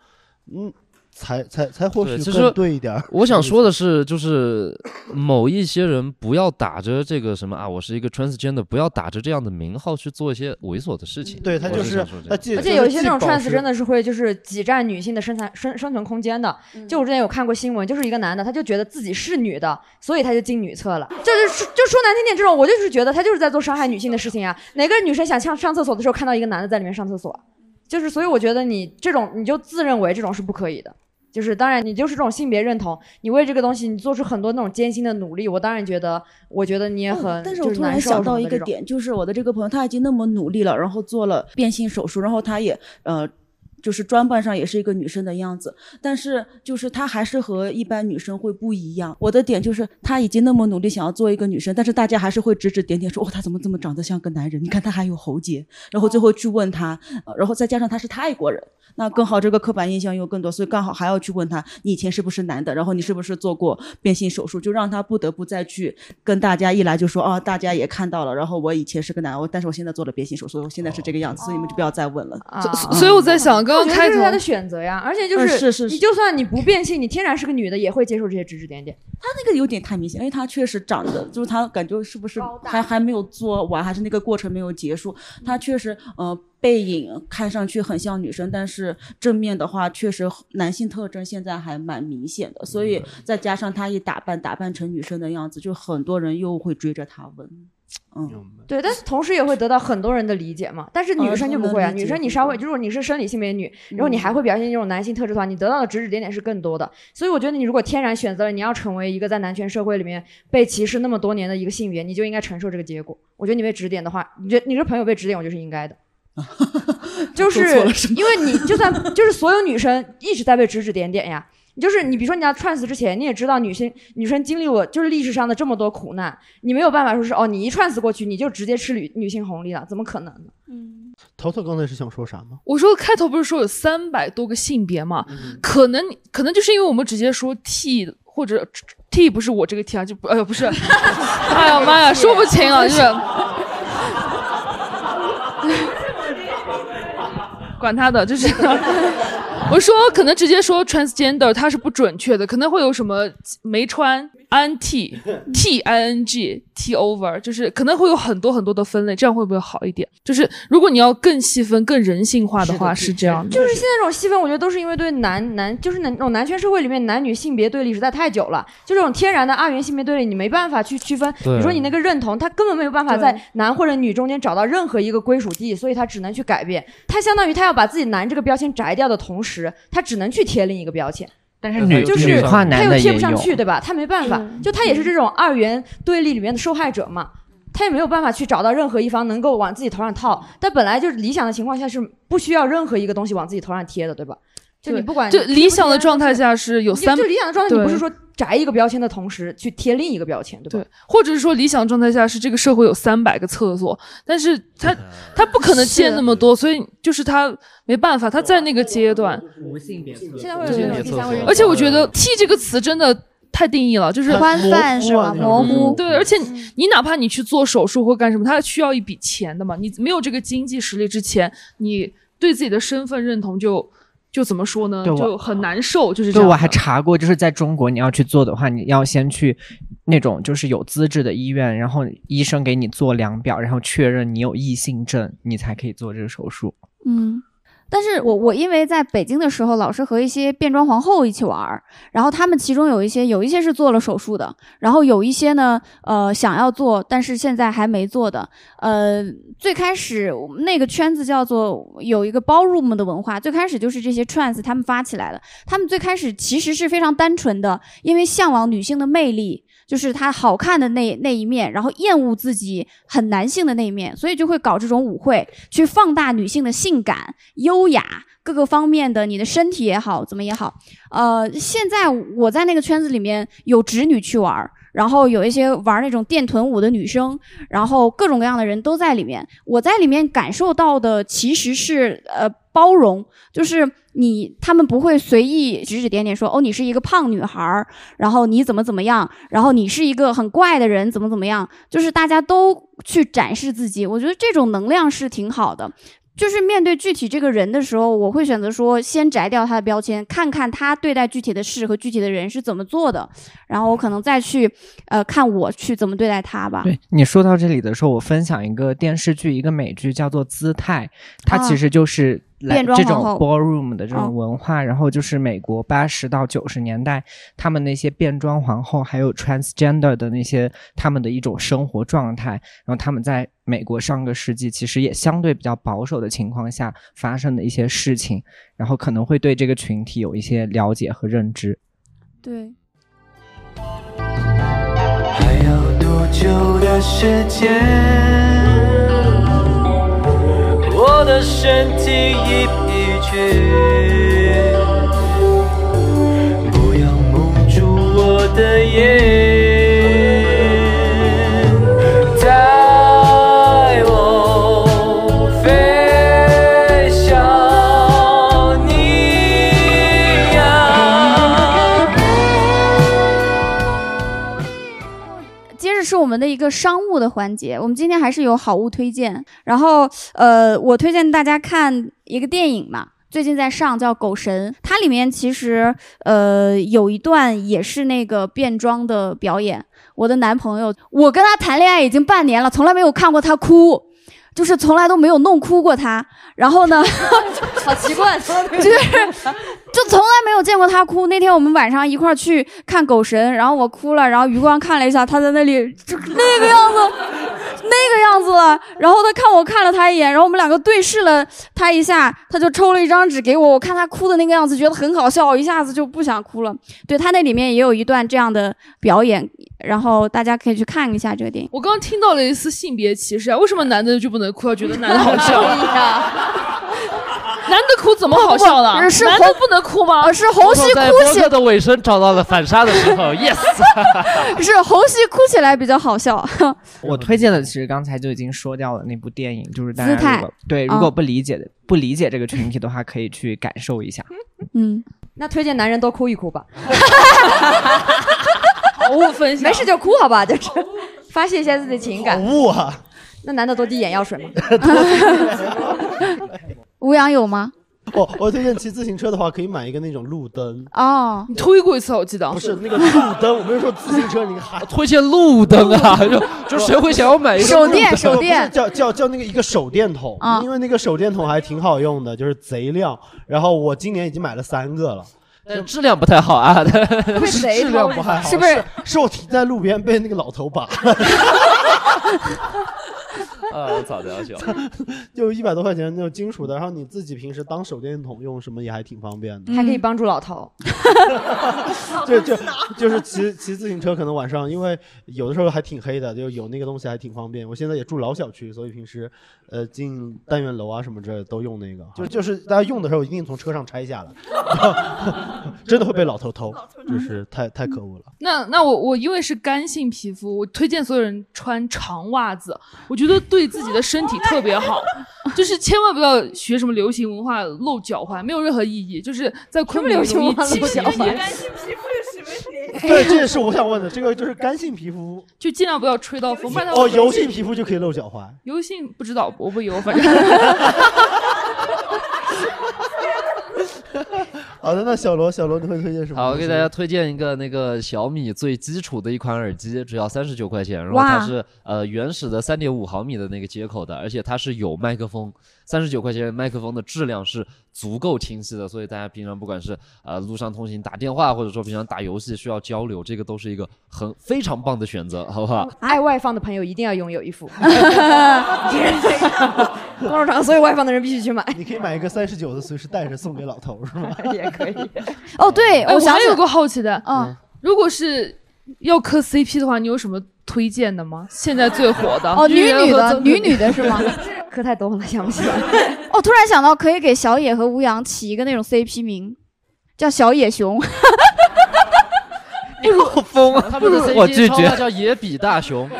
嗯，才才才或许
对，其实
更对一点儿。
我想 说的是，就是某一些人不要打着这个什么啊，我是一个 transgender，不要打着这样的名号去做一些猥琐的事情。
对他
我
就是是
想说这
他
样
既
而且有一些那种
既保
trans
持
真的是会就是挤占女性的身材生生存空间的。
嗯
就我之前有看过新闻，就是一个男的，他就觉得自己是女的，所以他就进女厕了。就是说就说难听点，这种我就是觉得他就是在做伤害女性的事情啊。哪个女生想上上厕所的时候看到一个男的在里面上厕所？就是所以我觉得你这种你就自认为这种是不可以的。就是当然，你就是这种性别认同，你为这个东西你做出很多那种艰辛的努力，我当然觉得，我觉得你也很、
哦但是
就
我
是
突
难
然
受什
想
么
到
的
一
这
个
种
点，就是我的这个朋友他已经那么努力了，然后做了变性手术，然后他也呃。就是装扮上也是一个女生的样子，但是就是她还是和一般女生会不一样。我的点就是她已经那么努力想要做一个女生，但是大家还是会指指点点说，哦，她怎么这么长得像个男人？你看她还有喉结，然后最后去问她，呃然后再加上她是泰国人，那更好这个刻板印象又更多，所以刚好还要去问她，你以前是不是男的？然后你是不是做过变性手术？就让她不得不再去跟大家一来就说，哦，大家也看到了，然后我以前是个男的，我但是我现在做了变性手术，我现在是这个样子，所以你们就不要再问了。
啊
所
所以我在
想
我觉得这是他的选择呀，而且就
嗯
是、
是是
你就算你不变性，你天然是个女的，也会接受这些指指点点。
他那个有点太明显，因为他确实长得，就是他感觉是不是还还没有做完，还是那个过程没有结束。他确实，呃，背影看上去很像女生，但是正面的话，确实男性特征现在还蛮明显的。所以再加上他一打扮打扮成女生的样子，就很多人又会追着他问。嗯，
对，但是同时也会得到很多人的理解嘛。但是女生就不会啊，
呃
女生你稍微，如果你是生理性别女，然
嗯
后你还会表现这种男性特质的话，你得到的指指点点是更多的。所以我觉得你如果天然选择了你要成为一个在男权社会里面被歧视那么多年的一个性别，你就应该承受这个结果。我觉得你被指点的话，你这你这朋友被指点，我就是应该的。 就
说错了
是因为你就算就是所有女生一直在被指指点点呀。你就是你，比如说你要 trans 之前，你也知道女性女生经历过就是历史上的这么多苦难，你没有办法说是哦，你一 trans 过去你就直接吃女女性红利了，怎么可能呢？
头头刚才是想说啥吗？
我说开头不是说有三百多个性别嘛？可能可能就是因为我们直接说 T 或者 T 不是我这个 T 啊，就不哎呦不是， 哎呀妈呀，说不清 啊，就是。管他的，就是 我说可能直接说 transgender 它是不准确的，可能会有什么没穿 n t t i n g t over，就是可能会有很多很多的分类，这样会不会好一点？就是如果你要更细分、更人性化的话，是这
嗯
样的。
就是现在这种细分，我觉得都是因为对男男，就是那种男权社会里面男女性别对立实在太久了，就这种天然的二元性别对立，你没办法去区分。
对
你说你那个认同，他根本没有办法在男或者女中间找到任何一个归属地，所以他只能去改变。他相当于他要把自己男这个标签摘掉的同时，他只能去贴另一个标签。
但是女
就是
女跨
他
男
又
的
贴不
也
上去，
有，
对吧？他没办法，
嗯
就他也是这种二元对立里面的受害者嘛，他也没有办法去找到任何一方能够往自己头上套。但本来就是理想的情况下是不需要任何一个东西往自己头上贴的，对吧？就你
对
不管
就理想的
状
状态下是有三，
就理想的状态，你不是
对
说摘一个标签的同时去贴另一个标签，对吧？
对，或者是说理想状态下是这个社会有三百个厕所，但是他他不可能建那么多，所以就是他没办法，他在那个阶段。
无性别厕所，
现在会有这种第三位人
而且我觉得 “T” 这个词真的太定义了，就是
很宽泛是吧模糊啊模糊
嗯对，而且你你哪怕你去做手术或干什么，它需要一笔钱的嘛。你没有这个经济实力之前，你对自己的身份认同就就怎么说呢？
对我
就很难受，就是这
对
样的。
我还查过，就是在中国你要去做的话，你要先去那种就是有资质的医院，然后医生给你做量表，然后确认你有异性症，你才可以做这个手术。
嗯，但是我我因为在北京的时候，老是和一些变装皇后一起玩儿，然后他们其中有一些有一些是做了手术的，然后有一些呢，呃，想要做，但是现在还没做的。呃，最开 始我们那个圈子叫做有一个 ballroom 的文化，最开始就是这些 trans 他们发起来的，他们最开始其实是非常单纯的，因为向往女性的魅力。就是她好看的那那一面，然后厌恶自己很男性的那一面，所以就会搞这种舞会，去放大女性的性感、优雅各个方面的，你的身体也好，怎么也好。呃，现在我在那个圈子里面有直女去玩儿，然后有一些玩那种电臀舞的女生，然后各种各样的人都在里面。我在里面感受到的其实是呃包容，就是你他们不会随意指指点点说哦你是一个胖女孩儿，然后你怎么怎么样，然后你是一个很怪的人怎么怎么样，就是大家都去展示自己。我觉得这种能量是挺好的。就是面对具体这个人的时候，我会选择说先摘掉他的标签，看看他对待具体的事和具体的人是怎么做的，然后我可能再去呃看我去怎么对待他吧。
对你说到这里的时候，我分享一个电视剧，一个美剧叫做《姿态》，它
啊
其实就是来
变装
这种
皇后
ballroom 的这
哦
种文化，然后就是美国八十到九十年代他们那些变装皇后，还有 transgender 的那些他们的一种生活状态，然后他们在美国上个世纪其实也相对比较保守的情况下发生的一些事情，然后可能会对这个群体有一些了解和认知。
对，
还有多久的时间？我的身体已疲倦，不要蒙住我的眼，带我飞向你呀。
接着是我们的一个商务的环节，我们今天还是有好物推荐。然后，呃，我推荐大家看一个电影嘛，最近在上叫《狗神》，它里面其实呃有一段也是那个变装的表演。我的男朋友，我跟他谈恋爱已经半年了，从来没有看过他哭。就是从来都没有弄哭过他，然后呢，
好奇怪，从来没 有
就是就从来没有见过他哭。那天我们晚上一块儿去看《狗神》，然后我哭了，然后余光看了一下，他在那里 就那个样子，那个样子了。然后他看我看了他一眼，然后我们两个对视了他一下，他就抽了一张纸给我。我看他哭的那个样子，觉得很好笑，一下子就不想哭了。对他那里面也有一段这样的表演，然后大家可以去看一下这个电影。
我刚刚听到了一丝性别歧视啊！为什么男的就不能哭啊？觉得男的好笑 男的哭怎么好笑了？
不不不是
男的
侯
不能哭吗？
是侯戏
在
哭
播
起
客的尾声找到了反杀的时候，yes。
是猴戏哭起来比较好笑。
我推荐的其实刚才就已经说掉了那部电影，就是大家
姿态
如果对
嗯
如果不理解的、不理解这个群体的话，可以去感 受一下。
嗯，
那推荐男人多哭一哭吧， 好物分享，没事就哭好吧，就是发泄一下自己的情感。
物啊，
那男的 多滴眼药水 吗？
吴阳有吗？
我哦我推荐骑自行车的话，可以买一个那种路灯。
哦，
你推过一次，我记得
不是那个路灯，我没有说自行车，你还
推荐路灯啊？就就谁会想要买一个手路电灯手电
不是叫叫叫那个一个手电筒、
啊
因为那个手电筒还挺好用的，就是贼亮。然后我今年已经买了三个了。
但质 量不太好啊，
不是
贼
质量不太好，
是不
是
是？
是我停在路边被那个老头拔，
啊，
呃
我早了解了。
就一百多块钱那种金属的，然后你自己平时当手电筒用什么也还挺方便的，
还可以帮助老头。
嗯 就就就是骑骑自行车，可能晚上因为有的时候还挺黑的，就有那个东西还挺方便。我现在也住老小区，所以平时呃进单元楼啊什么之类的都用那个，就就是大家用的时候一定从车上拆下来， 真的会被老头偷，就是太太可恶了。
那那我我因为是干性皮肤，我推荐所有人穿长袜子，我觉得对自己的身体特别好，就是千万不要学什么流行文化露脚踝，没有任何意义，就是在昆明
流行
容易
文化
起
露
皮
脚踝
炎
对，这也是我想问的，这个就是干性皮肤
就尽量不要吹到风，不然它会
哦，油性皮肤就可以露脚踝。
油性不知 道，我不油，反正
好的，那小罗，小罗你会推荐什么？
好，我给大家推荐一个那个小米最基础的一款耳机，只要三十九块钱。然后
哇
它是呃原始的三点五毫米的那个接口的，而且它是有麦克风，三十九块钱麦克风的质量是足够清晰的，所以大家平常不管是呃路上通行、打电话，或者说平常打游戏需要交流，这个都是一个很非常棒的选择，好不好？
爱外放的朋友一定要拥有 一副。公众场所有外放的人必须去买。
你可以买一个三十九的，随时带着送给老头，是吗？
也可以。
哦，对，
哎，
我
我
想
还
起
有个好奇的，
嗯，
如果是要磕 CP 的话，你有什么推荐的吗？现在最火的
哦，女女的，
就是
女女的是 吗？
磕太多了， 想不起来。
哦，突然想到可以给小野和吴洋起一个那种 CP 名，叫小野熊。
你好 疯啊！他们的 CP
我拒绝
超大叫野比大熊，
比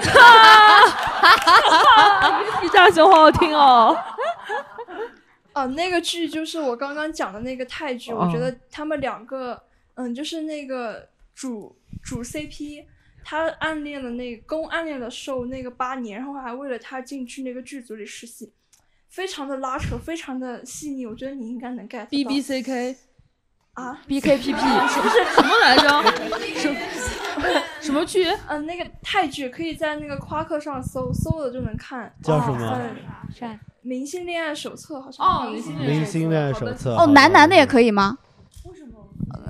大熊好好听哦。
哦，那个剧就是我刚刚讲的那个泰剧，我
哦
觉得他们两个，嗯，就是那个主主 CP，他暗恋了那个公暗恋了受那个八年，然后还为了他进去那个剧组里实习，非常的拉扯，非常的细腻，我觉得你应该能 get 到。
B B C K
啊
BKPP
什么是
什么来着什
什么剧？嗯、那个泰剧可以在那个夸克上搜，搜了就能看。
叫什么
嗯明星恋爱手册好像哦，明星
明星恋爱手册
哦，男男的也可以吗？为什么？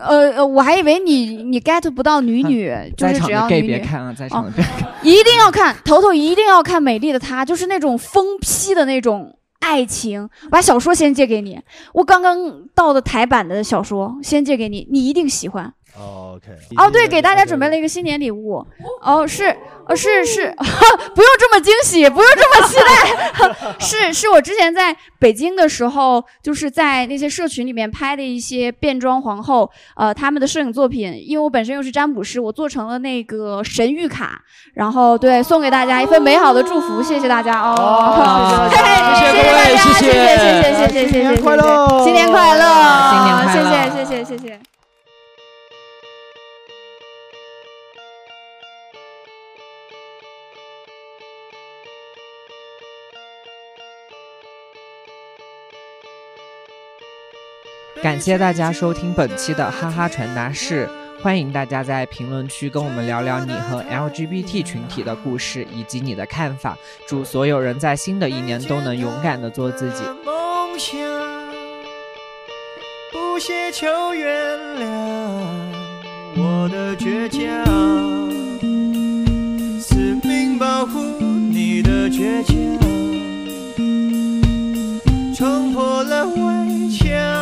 呃，呃我还以为你你 get 不到女女，就
在
是
场
只要
的
女
gay
女。
别看啊，在场的
哦
gay
一定要看，头头一定要看《美丽的她》，就是那种疯批的那种爱情。把小说先借给你，我刚刚到的台版的小说先借给你，你一定喜欢。
OK。
哦，对，给大家准备了一个新年礼物。哦，是，哦，是是， 不用这么惊喜，不用这么期待。 是，是我之前在北京的时候，就是在那些社群里面拍的一些变装皇后，呃，他们的摄影作品。因为我本身又是占卜师，我做成了那个神谕卡，然后对送给大家一份美好的祝福，谢谢大家哦。嘿嘿谢谢大家，谢谢谢谢谢谢谢谢，新年快乐，新年快乐，
新年快乐
谢谢谢谢谢谢。
感谢大家收听本期的哈哈传达室，欢迎大家在评论区跟我们聊聊你和 LGBT 群体的故事以及你的看法。祝所有人在新的一年都能勇敢的做自己。
梦想，不屑求原谅我的倔强，死命保护你的倔强，冲破了围墙。